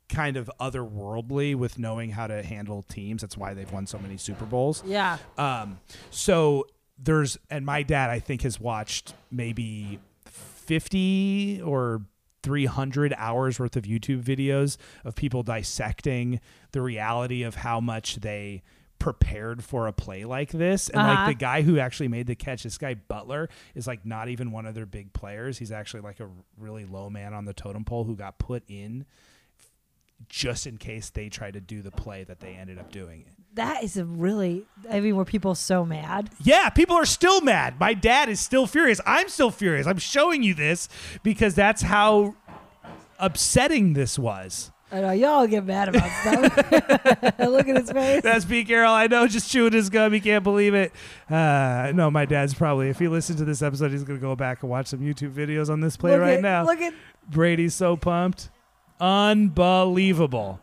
kind of otherworldly with knowing how to handle teams. That's why they've won so many Super Bowls. Yeah. Um, so there's, and my dad, I think, has watched maybe 50 or 300 hours worth of YouTube videos of people dissecting the reality of how much they prepared for a play like this. And Uh-huh. like the guy who actually made the catch, this guy Butler, is like not even one of their big players. He's actually like a really low man on the totem pole who got put in just in case they try to do the play that they ended up doing. That is a really. I mean, were people so mad? Yeah, people are still mad. My dad is still furious. I'm still furious. I'm showing you this because that's how upsetting this was. I know y'all get mad about stuff. Look at his face. That's Pete Carroll. I know, just chewing his gum. He can't believe it. Uh, no, my dad's probably, if he listens to this episode, he's going to go back and watch some YouTube videos on this play look right at, now. Look at Brady's so pumped. Unbelievable.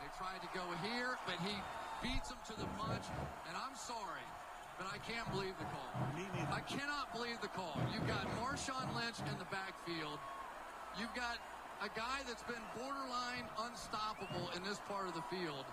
They tried to go here, but he beats him to the punch. And I'm sorry, but I can't believe the call. I cannot believe the call. You've got Marshawn Lynch in the backfield. You've got a guy that's been borderline unstoppable in this part of the field.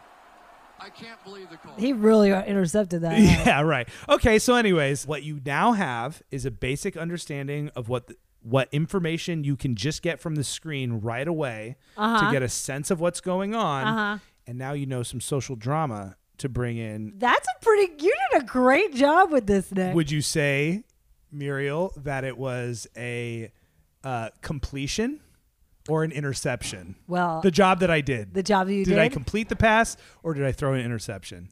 I can't believe the call. he really intercepted that. huh? Yeah, right. Okay, so anyways, what you now have is a basic understanding of what the, what information you can just get from the screen right away to get a sense of what's going on. Uh-huh. And now you know some social drama to bring in. That's a pretty. You did a great job with this, Nick. Would you say, Muriel, that it was a uh, completion or an interception? well, the the, job that I did. job that you did, did. I complete the pass or did I throw an interception?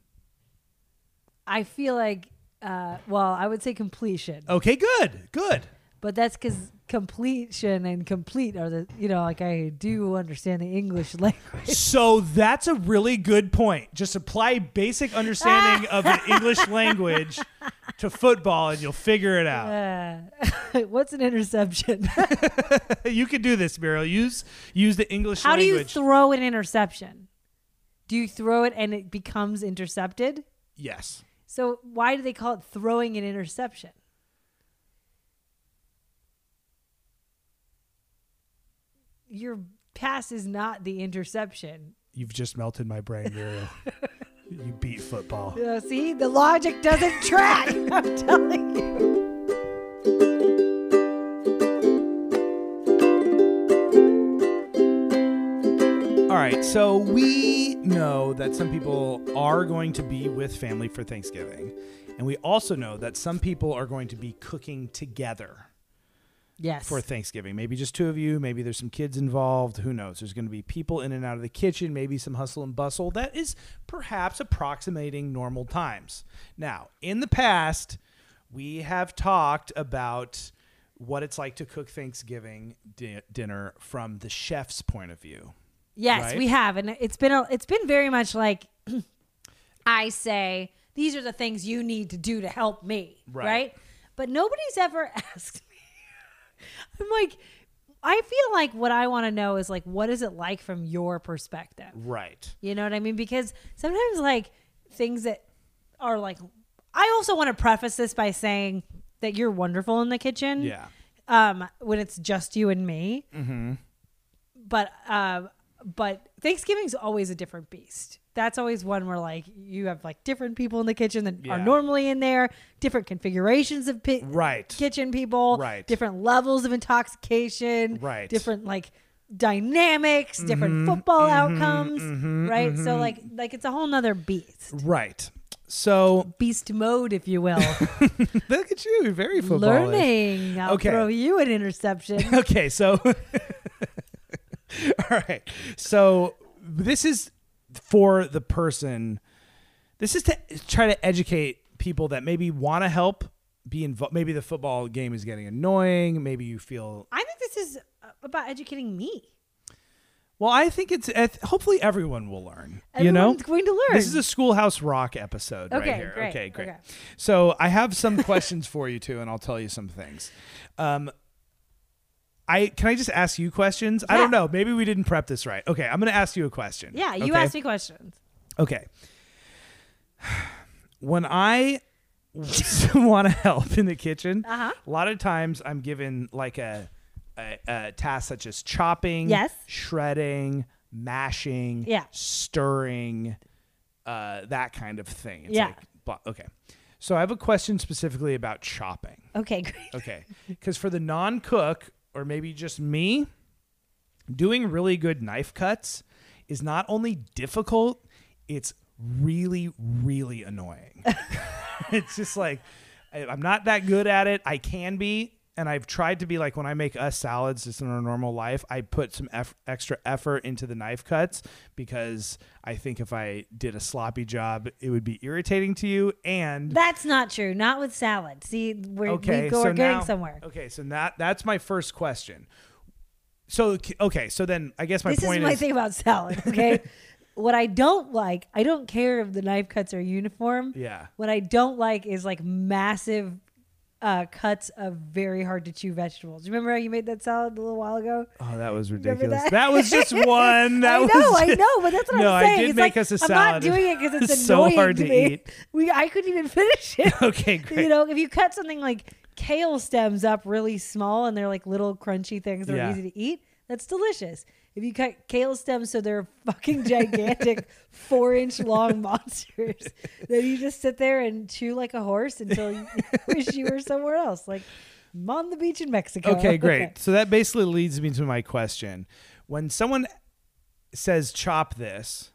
I feel like. Uh, well, I would say completion, Okay, good, good. but that's because completion and complete are the. You know, like I do understand the English language. So that's a really good point. Just apply basic understanding of the English language to football and you'll figure it out. Uh, what's an interception? You can do this, Muriel. Use use the English How do you language. throw an interception? Do you throw it and it becomes intercepted? yes. So why do they call it throwing an interception? Your pass is not the interception. You've just melted my brain, Muriel. you beat football. Uh, see, the logic doesn't track. I'm telling you. All right, so we know that some people are going to be with family for Thanksgiving. And we also know that some people are going to be cooking together Yes. for Thanksgiving. Maybe just two of you. Maybe there's some kids involved. Who knows? There's going to be people in and out of the kitchen, maybe some hustle and bustle that is perhaps approximating normal times. Now, in the past, we have talked about what it's like to cook Thanksgiving di- dinner from the chef's point of view. Yes, right? we have, and it's been a, it's been very much like I say these are the things you need to do to help me, Right. right? But nobody's ever asked me. I'm like, I feel like what I want to know is like, what is it like from your perspective? Right. You know what I mean? Because sometimes like things that are like, I also want to preface this by saying that you're wonderful in the kitchen Yeah. um, when it's just you and me. Mm-hmm. But uh, but Thanksgiving's always a different beast. That's always one where like you have like different people in the kitchen that Yeah. are normally in there, different configurations of pi- Right. kitchen people, Right. different levels of intoxication, Right. Mm-hmm. different like dynamics, different football outcomes, right? So like like it's a whole nother beast, Right. So beast mode, if you will. Oh, look at you, very football. Learning, I'll Okay. throw you an interception. okay, so all right. So this is for the person. This is to try to educate people that maybe want to help be involved. Maybe the football game is getting annoying. Maybe you feel I think this is uh, about educating me. well. I think it's. I th- Hopefully, everyone will learn. you know, Everyone's going to learn. This is a Schoolhouse Rock episode right Okay, here. great, Okay, great. okay. So I have some questions for you too, and I'll tell you some things. Um, I can I just ask you questions? I Yeah. don't know. Maybe we didn't prep this right. Okay, I'm going to ask you a question. yeah, Ah, you okay? asked me questions. Okay. When I want to help in the kitchen, Uh-huh. a lot of times I'm given like a, a, a task such as chopping, Yes. shredding, mashing, Yeah. stirring, uh, that kind of thing. It's Yeah. Like, blah, okay. So I have a question specifically about chopping. Okay, great. Okay. Because for the non cook, or maybe just me, doing really good knife cuts is not only difficult, it's really, really annoying. it's just like, I- I'm not that good at it. I can be. And I've tried to be like when I make us salads just in our normal life, I put some eff- extra effort into the knife cuts because I think if I did a sloppy job, it would be irritating to you. And That's not true. Not with salad. See, we're, okay, we go, so we're getting now- somewhere. Okay, so that that's my first question. So okay, so then I guess my this is point my thing about salad, okay? what I don't like, I don't care if the knife cuts are uniform. Yeah. What I don't like is like massive uh, cuts of very hard to chew vegetables. Remember how you made that salad a little while ago? oh, that was Remember ridiculous. That? that? was just one. That I know, was I know, but that's what No, I I'm saying. did it's make like, us a I'm salad. not doing it because it's, It's so annoying hard to, to me. eat. We, I couldn't even finish it. okay, great. You know, if you cut something like kale stems up really small and they're like little crunchy things that Yeah. are easy to eat, that's delicious. If you cut kale stems so they're fucking gigantic, four inch long monsters, then you just sit there and chew like a horse until you wish you were somewhere else. Like I'm on the beach in Mexico. Okay, great. So that basically leads me to my question. When someone says chop this,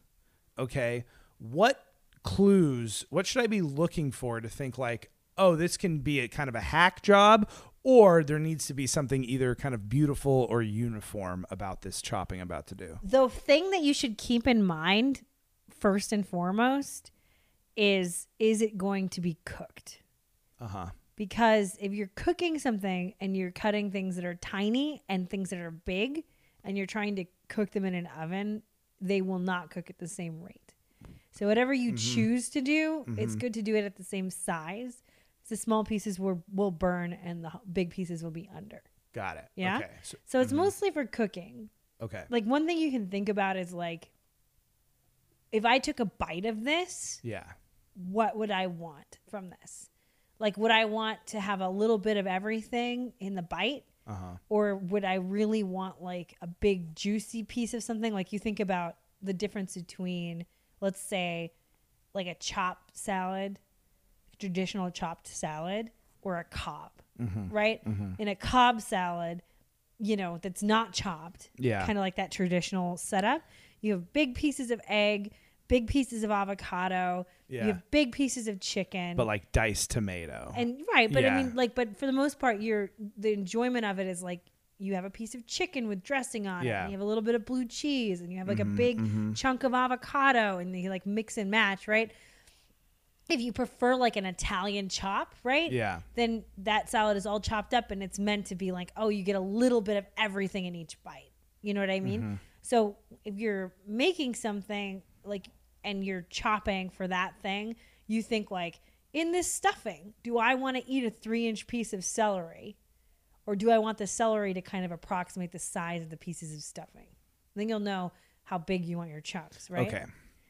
okay, what clues, what should I be looking for to think like, oh, this can be a kind of a hack job or there needs to be something either kind of beautiful or uniform about this chopping I'm about to do? the thing that you should keep in mind first and foremost is is it going to be cooked Uh-huh. because if you're cooking something and you're cutting things that are tiny and things that are big and you're trying to cook them in an oven they will not cook at the same rate so whatever you choose to do it's good to do it at the same size the small pieces will, will burn and the h- big pieces will be under Got it. yeah Okay. So, so it's mostly for cooking okay. like one thing you can think about is like if i took a bite of this Yeah. what would i want from this like would i want to have a little bit of everything in the bite Uh-huh. or would i really want like a big juicy piece of something like you think about the difference between let's say like a chopped salad traditional chopped salad or a cob Mm-hmm. right in a cob salad you know that's not chopped Yeah. kind of like that traditional setup you have big pieces of egg big pieces of avocado. Yeah. You have big pieces of chicken. but like diced tomato. and right, but Yeah. I mean, like, but for the most part, you're the enjoyment of it is like you have a piece of chicken with dressing on it, Yeah. Mm-hmm, and you have a little bit of blue cheese, and you have like a big chunk of avocado, and you like mix and match, right? If you prefer like an Italian chop, right? Yeah. Then that salad is all chopped up, and it's meant to be like, oh, you get a little bit of everything in each bite. You know what I Mm-hmm. mean? So if you're making something like and you're chopping for that thing, you think like in this stuffing, do I want to eat a three inch piece of celery? Or do I want the celery to kind of approximate the size of the pieces of stuffing? Then you'll know how big you want your chunks, right? Okay.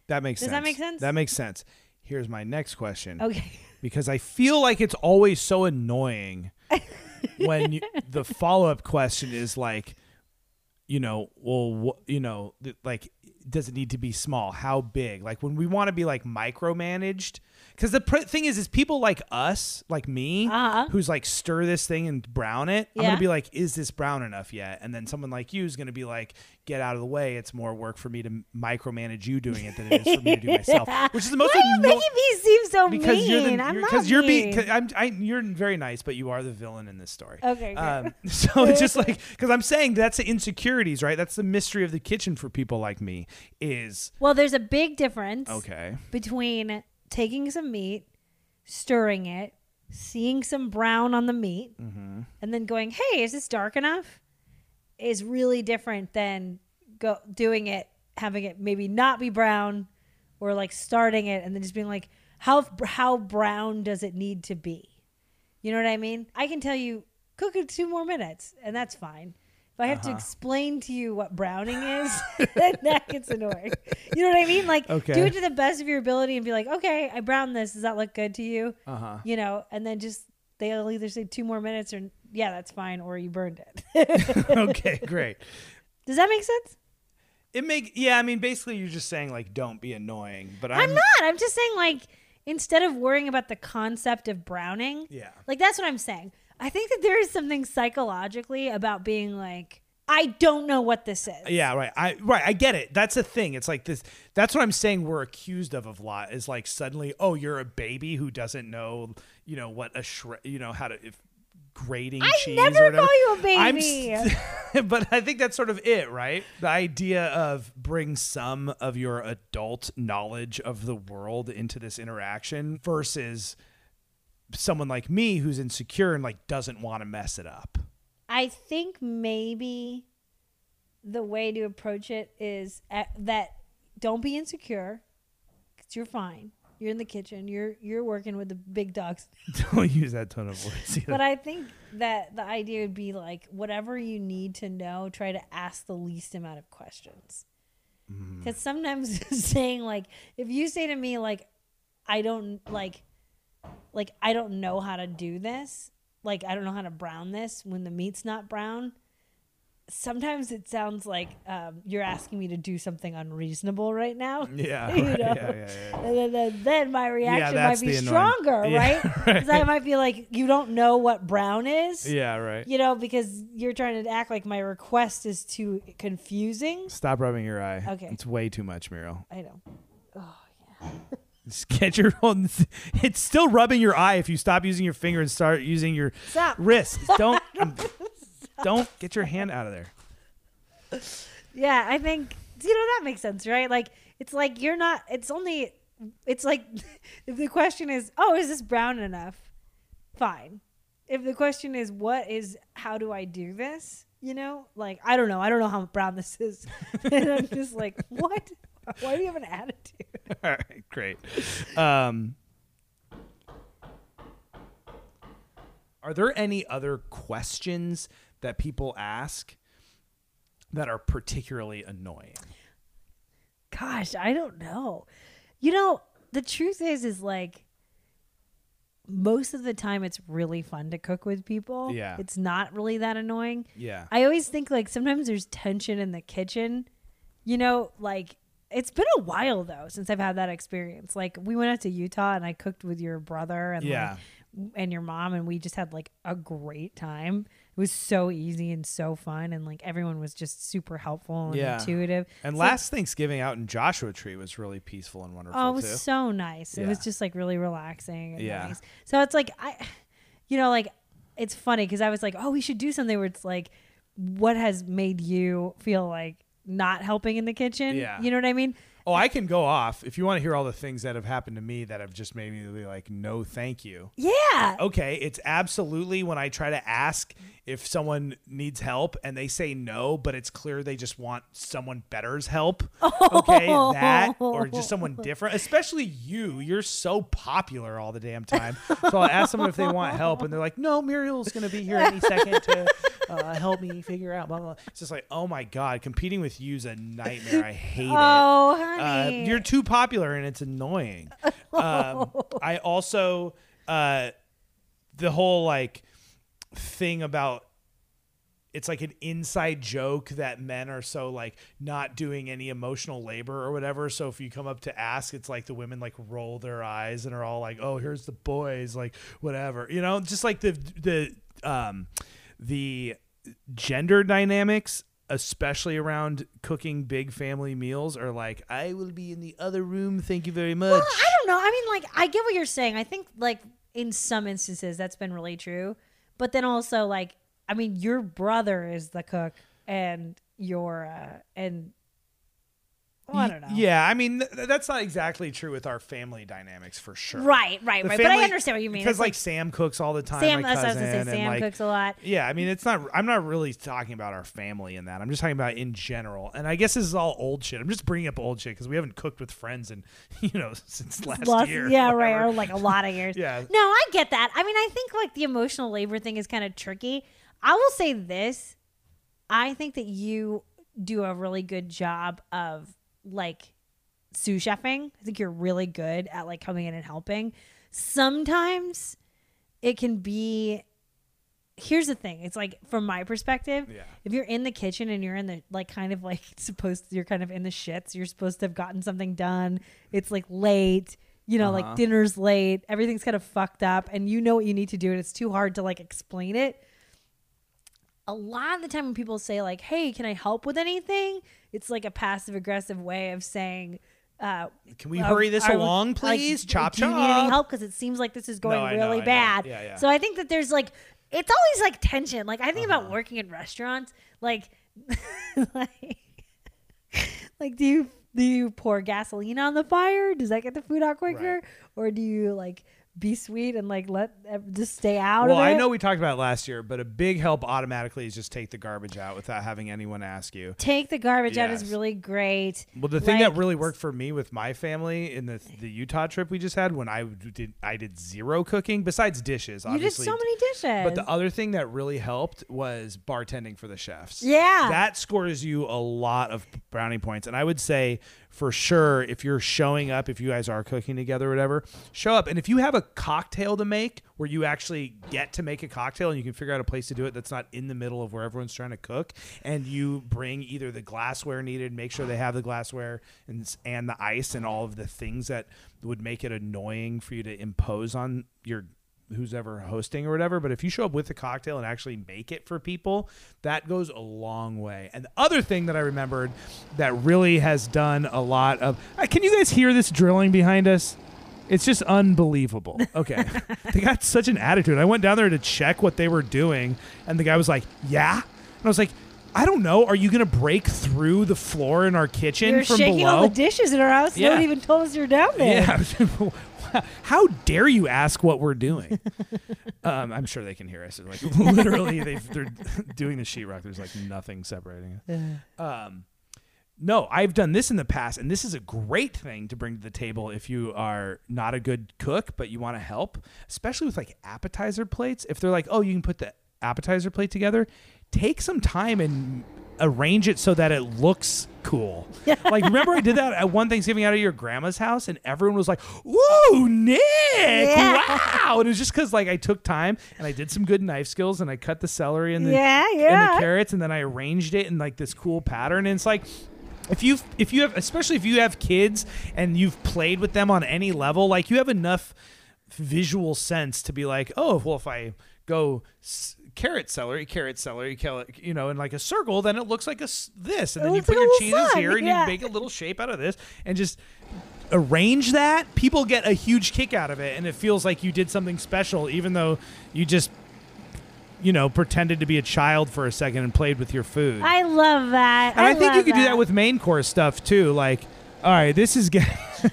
That makes Does sense. that make sense? That makes sense. Here's my next question. Okay. Because I feel like it's always so annoying when you, the follow up question is like, you know, well, wha- you know, th- like, does it need to be small? How big? Like when we want to be like micromanaged, because the pr- thing is, is people like us, like me, Uh-huh. who's like stir this thing and brown it. I'm Yeah. gonna be like, is this brown enough yet? And then someone like you is gonna be like, get out of the way. It's more work for me to m- micromanage you doing it than it is for me to do myself. Which is the most Why are you anno- making me seem so because mean? you're the I'm you're- not you're be- mean. 'cause I'm I, you're very nice, but you are the villain in this story. Okay, great. Um, so it's just like because I'm saying that's the insecurities, right? That's the mystery of the kitchen for people like me. Is well, there's a big difference. okay. between taking some meat, stirring it, seeing some brown on the meat, and then going, "Hey, is this dark enough?" is really different than go doing it, having it maybe not be brown, or like starting it and then just being like, "How how brown does it need to be?" You know what I mean? I can tell you, cook it two more minutes, and that's fine. If I have Uh-huh. to explain to you what browning is, then that gets annoying. You know what I mean? Like, do Okay. it to the best of your ability and be like, okay, I browned this. Does that look good to you? Uh-huh. You know, and then just they'll either say two more minutes or yeah, that's fine, or you burned it. okay, great. Does that make sense? It make yeah. I mean, basically, you're just saying like, don't be annoying. But I'm, I'm not. I'm just saying, like, instead of worrying about the concept of browning, Yeah. Like that's what I'm saying. I think that there is something psychologically about being like, I don't know what this is. Yeah, right. I right. I get it. That's a thing. It's like this. That's what I'm saying. We're accused of a lot. Is like suddenly, oh, you're a baby who doesn't know, you know, what a shred, you know, how to if grating I cheese. never or whatever. call you a I'm baby. st- but I think that's sort of it, right? The idea of bring some of your adult knowledge of the world into this interaction versus someone like me who's insecure and like doesn't want to mess it up. I think maybe the way to approach it is at, that don't be insecure. 'cause you're fine. You're in the kitchen. You're you're working with the big dogs. Don't use that tone of words. either. But I think that the idea would be like whatever you need to know, try to ask the least amount of questions. Mm. Because sometimes saying like, if you say to me like, I don't like, like I don't know how to do this, like I don't know how to brown this when the meat's not brown. Sometimes it sounds like um, you're asking me to do something unreasonable right now. yeah, you right. know? yeah, yeah, yeah. And then, then, then my reaction that's might be the annoying- stronger, Yeah, right? Because I might be like, you don't know what brown is, Yeah, right. you know, because you're trying to act like my request is too confusing. Stop rubbing your eye. Okay. It's way too much, Muriel. I know. Oh, Just Get your own. It's still rubbing your eye if you stop using your finger and start using your Stop. wrist. Don't um, don't get your hand out of there. Yeah, I think, you know, that makes sense, right? Like, it's like you're not, it's only, it's like if the question is, oh, is this brown enough? Fine. If the question is, what is, how do I do this? You know, like, I don't know. I don't know how brown this is. and I'm just like, what? Why do you have an attitude? All right, great. Um, are there any other questions that people ask that are particularly annoying? gosh i don't know you know the truth is is like most of the time it's really fun to cook with people Yeah. it's not really that annoying Yeah. i always think like sometimes there's tension in the kitchen you know like it's been a while though since i've had that experience like we went out to utah and i cooked with your brother and Yeah. like and your mom and we just had like a great time. It was so easy and so fun and like everyone was just super helpful and Yeah. intuitive. And So- last Thanksgiving out in Joshua Tree was really peaceful and wonderful Oh, it was too. so nice. It was Yeah. just like really relaxing. And Yeah. Nice. So it's like I, you know, like it's funny because I was like, oh, we should do something where it's like, what has made you feel like not helping in the kitchen? Yeah. You know what I mean? oh, I can go off if you want to hear all the things that have happened to me that have just made me be like, no, thank you. Yeah. Okay, it's absolutely when I try to ask if someone needs help and they say no, but it's clear they just want someone better's help. Okay, that or just someone different, especially you. You're so popular all the damn time. So I ask someone if they want help and they're like, no, Muriel's going to be here any second to uh, help me figure out. Blah, blah, blah. It's just like, oh my God, competing with you's a nightmare. I hate it Oh, uh, honey. you're too popular and it's annoying. um, I also uh, the whole like thing about it's like an inside joke that men are so like not doing any emotional labor or whatever. So if you come up to ask, it's like the women like roll their eyes and are all like, "Oh, here's the boys," like whatever, you know. Just like the the um the gender dynamics, especially around cooking big family meals, are like, "I will be in the other room. Thank you very much." Well, I don't know. I mean, like, I get what you're saying. I think, like, in some instances, that's been really true. But then also, like, I mean, your brother is the cook, and your uh, and well, I don't know. Yeah, I mean th- that's not exactly true with our family dynamics for sure. Right, right, The right. but I family- understand what you mean. because It's like, Sam cooks all the time. Sam, my that's what I was cousin, gonna say. and Sam like, cooks a lot. Yeah, I mean, it's not. I'm not really talking about our family in that. I'm just talking about in general. And I guess this is all old shit. I'm just bringing up old shit because we haven't cooked with friends in, you know, since last Plus- year. yeah, whatever. right, or like a lot of years. Yeah. No, I get that. I mean, I think like the emotional labor thing is kind of tricky. I will say this. I think that you do a really good job of like sous chefing. I think you're really good at like coming in and helping. Sometimes it can be here's the thing. It's like from my perspective, Yeah. if you're in the kitchen and you're in the like kind of like supposed you're kind of in the shits, you're supposed to have gotten something done. It's like late, you know, like dinner's late, everything's kind of fucked up and you know what you need to do and it's too hard to like explain it a lot of the time when people say like hey can i help with anything it's like a passive aggressive way of saying uh, Can we hurry this are- along, like, please? chop do you chop. need any help because it seems like this is going I know, I really know. bad Yeah, yeah. so i think that there's like it's always like tension like i think Uh-huh. about working in restaurants like like like do you do you pour gasoline on the fire does that get the food out quicker Right. or do you like be sweet and like let just stay out Well, of it I know we talked about it last year, but a big help automatically is just take the garbage out without having anyone ask you. take the garbage out is Yes. really great. Well, the thing that Like- really worked for me with my family in the the Utah trip we just had, when I did I did zero cooking besides dishes. you did Obviously, so many dishes. But the other thing that really helped was bartending for the chefs. Yeah. That scores you a lot of brownie points. And I would say for sure, if you're showing up, if you guys are cooking together or whatever, show up. And if you have a cocktail to make where you actually get to make a cocktail and you can figure out a place to do it that's not in the middle of where everyone's trying to cook, and you bring either the glassware needed, make sure they have the glassware and, s- and the ice and all of the things that would make it annoying for you to impose on your who's ever hosting or whatever. But if you show up with a cocktail and actually make it for people, that goes a long way. And the other thing that I remembered that really has done a lot of. Uh, can you guys hear this drilling behind us? It's just unbelievable. Okay. they got such an attitude. I went down there to check what they were doing, and the guy was like, Yeah. And I was like, I don't know. Are you going to break through the floor in our kitchen you're from shaking below? all the dishes in our house. No Yeah. one even told us you're down there. Yeah. How dare you ask what we're doing? um, I'm sure they can hear us. They're like literally, they've, they're doing the sheetrock. There's like nothing separating it. Um, no, I've done this in the past, and this is a great thing to bring to the table if you are not a good cook, but you want to help, especially with like appetizer plates. If they're like, oh, you can put the appetizer plate together, take some time and arrange it so that it looks cool. like, remember I did that at one Thanksgiving out of your grandma's house, and everyone was like, whoa, Nick, wow. And it was just because like I took time and I did some good knife skills and I cut the celery and the, Yeah, and yeah. the carrots, and then I arranged it in like this cool pattern. And it's like, if you if you have, especially if you have kids and you've played with them on any level, like you have enough visual sense to be like, oh, well, if I go s- carrot celery, carrot celery, carrot, you know, in like a circle, then it looks like a s- this, and It then you looks put like a your little cheeses sun, here, and yeah. you make a little shape out of this, and just arrange that. People get a huge kick out of it, and it feels like you did something special, even though you just. You know, pretended to be a child for a second and played with your food. I love that. And I, think you love could do that with main course stuff too. Like, all right, this is getting.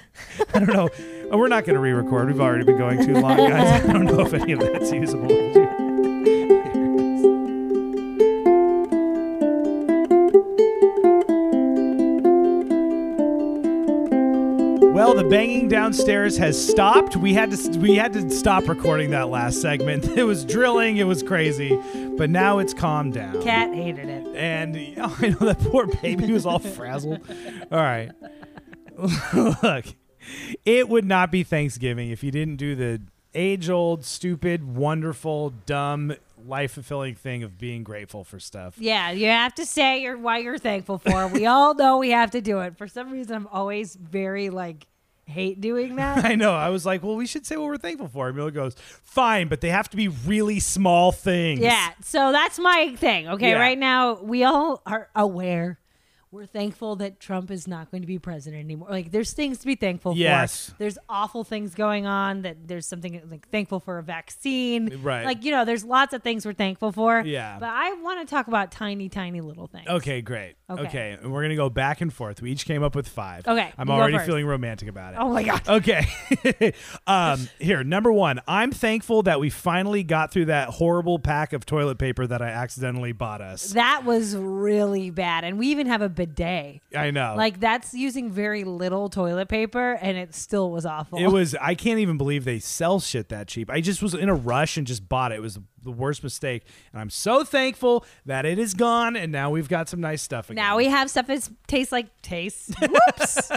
I don't know. Oh, We're not going to re-record. We've already been going too long, guys. I don't know if any of that's usable. Well, the banging downstairs has stopped. We had to we had to stop recording that last segment. It was drilling. It was crazy, but now it's calmed down. Cat hated it. And oh, I know that poor baby was all frazzled. All right. Look, it would not be Thanksgiving if you didn't do the age old, stupid, wonderful, dumb, life fulfilling thing of being grateful for stuff. Yeah, you have to say you're, why you're thankful for. We all know we have to do it. For some reason, I'm always very like hate doing that. I know. I was like, well, we should say what we're thankful for. And Mila goes, fine, but they have to be really small things. Yeah, so that's my thing. Okay, Yeah. right now we all are aware. We're thankful that Trump is not going to be president anymore. Like, there's things to be thankful Yes. for. There's awful things going on. That there's something like thankful for a vaccine. Right. Like you know, there's lots of things we're thankful for. Yeah. But I want to talk about tiny, tiny little things. Okay, great. Okay. Okay. And we're going to go back and forth. We each came up with five. Okay, I'm you go already first. feeling romantic about it. Oh my god. Okay. um, here, number one, I'm thankful that we finally got through that horrible pack of toilet paper that I accidentally bought us. That was really bad. And we even have a bidet. I know. Like that's using very little toilet paper and it still was awful. it was, I can't even believe they sell shit that cheap. I just was in a rush and just bought it. It was the worst mistake. And I'm so thankful that it is gone and now we've got some nice stuff again. now we have stuff that tastes like tastes. Whoops.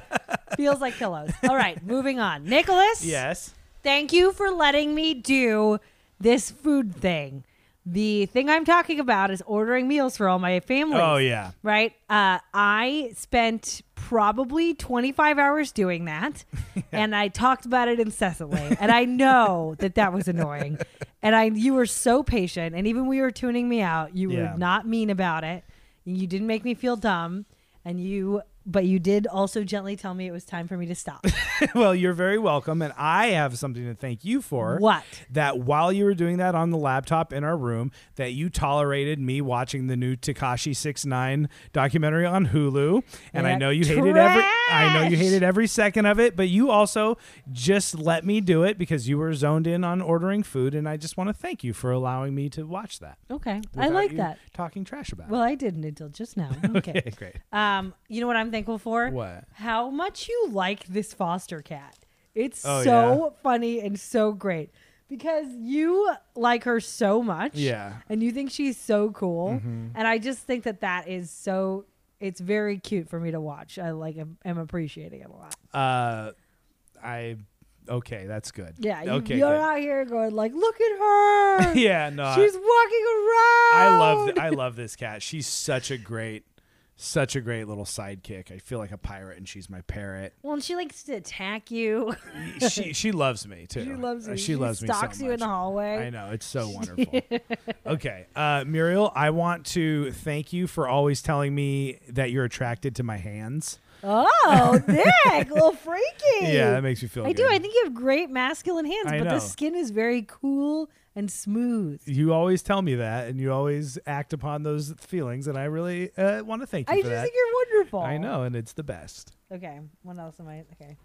Feels like pillows. All right, moving on. Nicholas, Yes. thank you for letting me do this food thing. The thing I'm talking about is ordering meals for all my family. Oh, yeah. right? Uh, I spent probably 25 hours doing that, and I talked about it incessantly. And I know that that was annoying. And I, you were so patient, and even when you were tuning me out, you Yeah. were not mean about it. You didn't make me feel dumb, and you, but you did also gently tell me it was time for me to stop. well, you're very welcome. And I have something to thank you for. What? That while you were doing that on the laptop in our room, that you tolerated me watching the new Takashi 69 documentary on Hulu. And I Yeah, know you hated every I know you trash. hated every second of it, but you also just let me do it because you were zoned in on ordering food, and I just want to thank you for allowing me to watch that. Okay, Oh, I without like you that. Talking trash about Well, I didn't until just now. it. Okay. Okay, great. Um, you know what I'm thankful for? What? How much you like this foster cat. It's Oh, so funny and so great because you like her so much. Yeah. And you think she's so cool. Mm-hmm. And I just think that that is so, it's very cute for me to watch. I like, am, am appreciating it a lot. Uh I okay, that's good. Yeah. You, okay. you're good. out here going like, look at her. yeah, no. I- She's walking around. I love th- I love this cat. She's such a great such a great little sidekick. I feel like a pirate and she's my parrot. Well, and she likes to attack you. She she loves me too. She loves Uh, you. She, She loves me so stalks you in the much. hallway. I know. It's so wonderful. okay. Uh, Muriel, I want to thank you for always telling me that you're attracted to my hands. Oh, Nick, little freaky. Yeah, that makes me feel I good. do. I think you have great masculine hands, I but know. the skin is very cool and smooth. you always tell me that and you always act upon those feelings and I really uh, want to thank you I for just that. think you're wonderful. I know and it's the best. Okay, what else am I? Okay.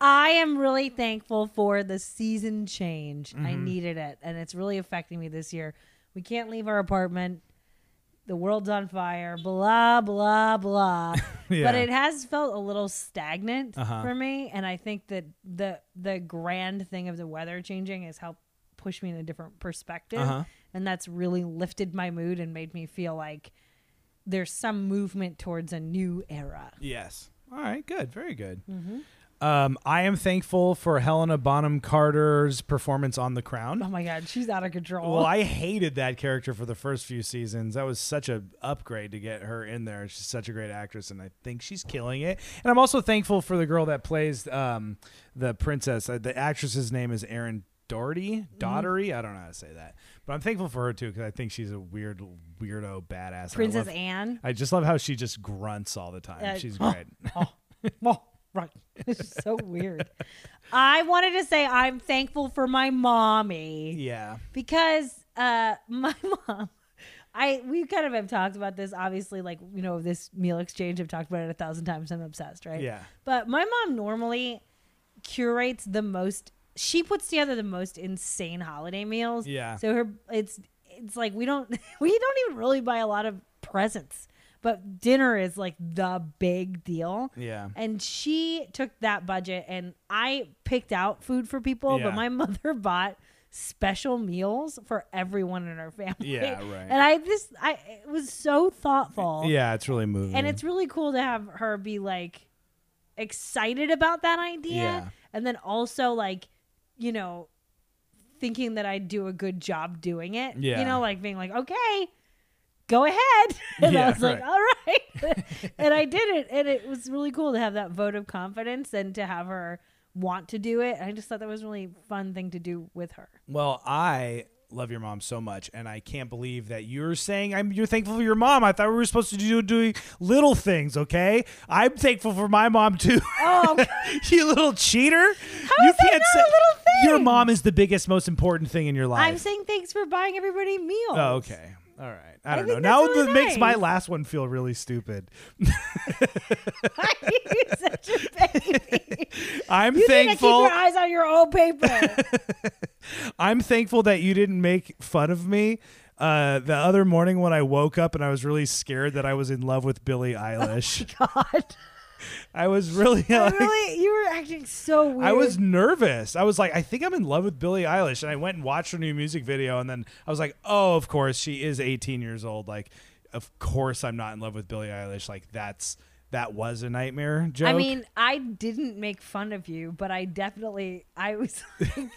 I am really thankful for the season change. I Mm-hmm. needed it, and it's really affecting me this year. We can't leave our apartment. The world's on fire, blah, blah, blah. Yeah. But it has felt a little stagnant Uh-huh. for me. And I think that the the grand thing of the weather changing has helped push me in a different perspective. Uh-huh. And that's really lifted my mood and made me feel like there's some movement towards a new era. Yes. All right. Good. Very good. Um, I am thankful for Helena Bonham Carter's performance on The Crown. Oh my God, she's out of control. Well, I hated that character for the first few seasons. That was such a upgrade to get her in there. She's such a great actress, and I think she's killing it. And I'm also thankful for the girl that plays um, the princess. Uh, The actress's name is Erin Doherty. Doherty. I don't know how to say that, but I'm thankful for her too because I think she's a weird, weirdo badass. and I Princess love- Anne. I just love how she just grunts all the time. Uh, she's great. Oh, right. It's so weird. I wanted to say I'm thankful for my mommy. yeah. because uh my mom I we kind of have talked about this obviously like you know this meal exchange I've talked about it a thousand times I'm obsessed right Yeah. but my mom normally curates the most she puts together the most insane holiday meals Yeah. so her it's it's like we don't we don't even really buy a lot of presents but dinner is like the big deal Yeah. and she took that budget and I picked out food for people, Yeah. but my mother bought special meals for everyone in our family. Yeah, right. And I just I it was so thoughtful. Yeah, it's really moving. And it's really cool to have her be like excited about that idea Yeah. and then also like, you know, thinking that I'd do a good job doing it. Yeah. You know, like being like, "Okay, go ahead." And Yeah, I was like, all right. and I did it. And it was really cool to have that vote of confidence and to have her want to do it. I just thought that was a really fun thing to do with her. Well, I love your mom so much, and I can't believe that you're saying I'm. You're thankful for your mom. I thought we were supposed to do doing little things. Okay, I'm thankful for my mom too. Oh, you little cheater! you that not a little thing? Your mom is the biggest, most important thing in your life. I'm saying thanks for buying everybody meals. Oh, okay. All right. I don't know. think Now that's really that makes my nice. last one feel really stupid. You're such a baby. I'm You need to keep thankful. your eyes on your own paper. I'm thankful that you didn't make fun of me. Uh, the other morning when I woke up and I was really scared that I was in love with Billie Eilish. Oh, God. I was really I like, really, you were acting so weird. I was nervous. I was like, I think I'm in love with Billie Eilish, and I went and watched her new music video, and then I was like, oh, of course, she is 18 years old. Like, of course, I'm not in love with Billie Eilish. Like, that's that was a nightmare joke. I mean, I didn't make fun of you, but I definitely I was like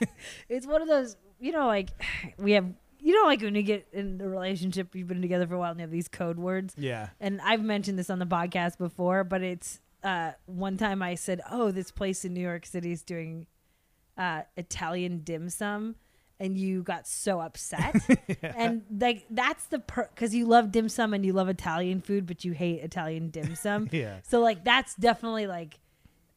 it's one of those you know, like we have you know like when you get in a relationship you've been together for a while and you have these code words. yeah, And I've mentioned this on the podcast before, but it's uh one time I said, Oh, this place in New York City is doing uh Italian dim sum and you got so upset and like that's the because you love dim sum and you love italian food but you hate italian dim sum Yeah. so like that's definitely like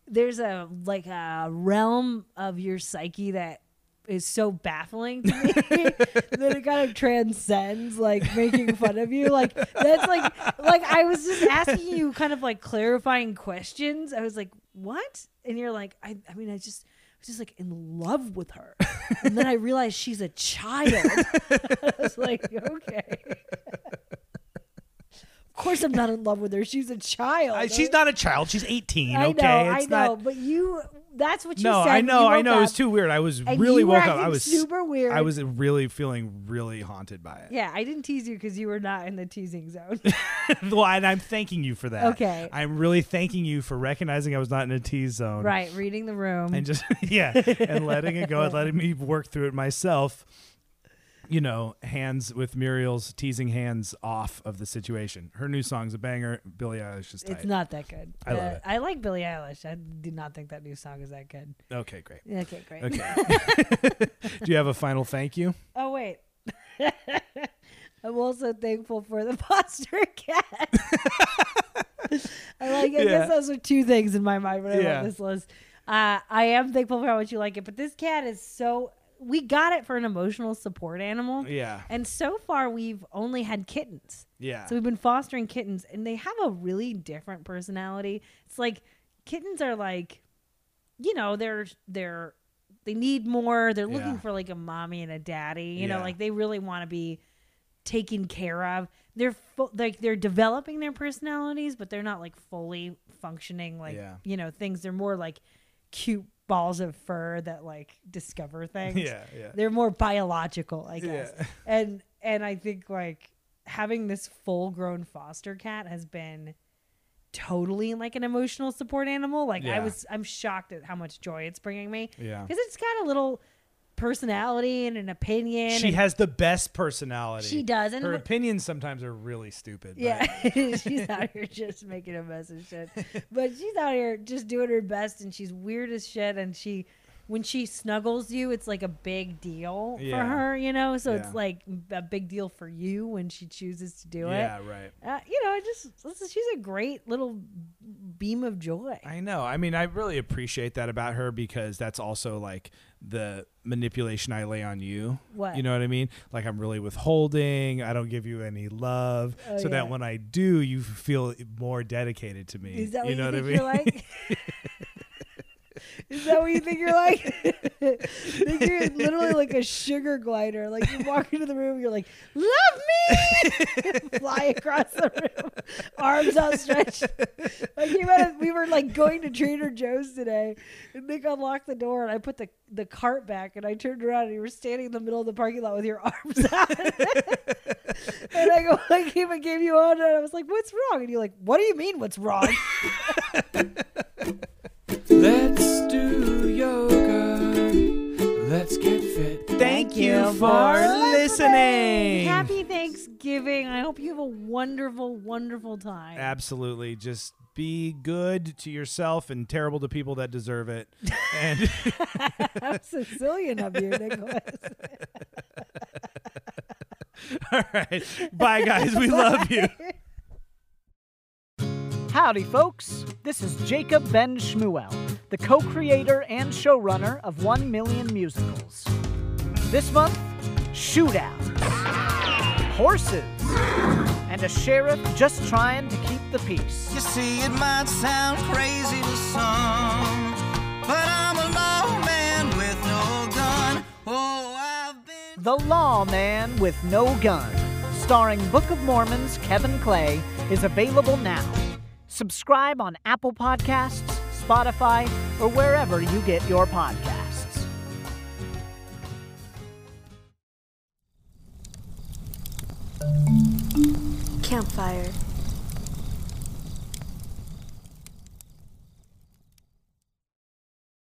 there's a like a realm of your psyche that is so baffling to me that it kind of transcends like making fun of you like that's like like i was just asking you kind of like clarifying questions i was like what and you're like i i mean i just I was just like in love with her and then i realized she's a child i was like okay of course i'm not in love with her she's a child I- she's not a child. She's 18. I know, okay, I it's know, not. but you—that's what you No, said. I know, You I woke know. It was up. too weird. I was And really you were woke up. I acting was super weird. I was really feeling really haunted by it. Yeah, I didn't tease you because you were not in the teasing zone. well, and I'm thanking you for that. Okay. I'm really thanking you for recognizing I was not in a T zone. right, reading the room. and just yeah and letting it go and letting me work through it myself you know hands with muriel's teasing hands off of the situation her new song's a banger billie eilish is tight it's not that good. I love it. I like Billie Eilish. I do not think that new song is that good. okay great Okay, great. okay do you have a final thank you Oh wait. I'm also thankful for the foster cat. I like. I Yeah. guess those are two things in my mind when I Yeah. wrote this list. Uh, I am thankful for how much you like it, but this cat is so. We got it for an emotional support animal, yeah and so far we've only had kittens. yeah So we've been fostering kittens, and they have a really different personality. It's like kittens are like, you know, they're they're they need more. They're looking Yeah. for like a mommy and a daddy. You Yeah. know, like they really want to be taken care of. They're fu- like they're developing their personalities, but they're not like fully functioning. Like Yeah. you know, things. They're more like cute balls of fur that like discover things yeah yeah they're more biological i guess Yeah. and and i think like having this full grown foster cat has been totally like an emotional support animal. Like I Yeah. was, I'm shocked at how much joy it's bringing me. Yeah. because it's got a little personality and an opinion. She and- has the best personality. She does, and Her wh- opinions sometimes are really stupid. but- yeah, she's out here just making a mess of shit, but she's out here just doing her best, and she's weird as shit. And she, when she snuggles you, it's like a big deal Yeah. for her, you know. So Yeah. it's like a big deal for you when she chooses to do it. yeah, right. uh, you know, it just this is- she's a great little beam of joy. I know. I mean, I really appreciate that about her because that's also like the manipulation I lay on you. What? You know what I mean? Like I'm really withholding. I don't give you any love, Oh, so yeah. that when I do, you feel more dedicated to me. Is that you what know what you think I mean? you're like? Is that what you think you're like? Think you're literally like a sugar glider. Like you walk into the room, you're like, "Love me!" Fly across the room, arms outstretched. Like you had, we were like going to Trader Joe's today, and Nick unlocked the door, and I put the the cart back, and I turned around, and you were standing in the middle of the parking lot with your arms out. and I go, I came and gave you a hug, and I was like, "What's wrong?" And you're like, "What do you mean, what's wrong?" Let's do yoga. Let's get fit. Thank you you for for listening. Happy Thanksgiving. I hope you have a wonderful, wonderful time. Absolutely. Just be good to yourself and terrible to people that deserve it. And How Sicilian of you, Nicholas. all right. Bye guys. We love you. Howdy, folks! This is Jacob Ben Shmuel, the co creator and showrunner of 1 Million Musicals. This month, shootout, horses, and a sheriff just trying to keep the peace. You see, it might sound crazy to some, but I'm a lawman with no gun. Oh, I've been. The Lawman with No Gun, starring Book of Mormon's Kevin Clay, is available now. Subscribe on Apple Podcasts, Spotify, or wherever you get your podcasts. Campfire.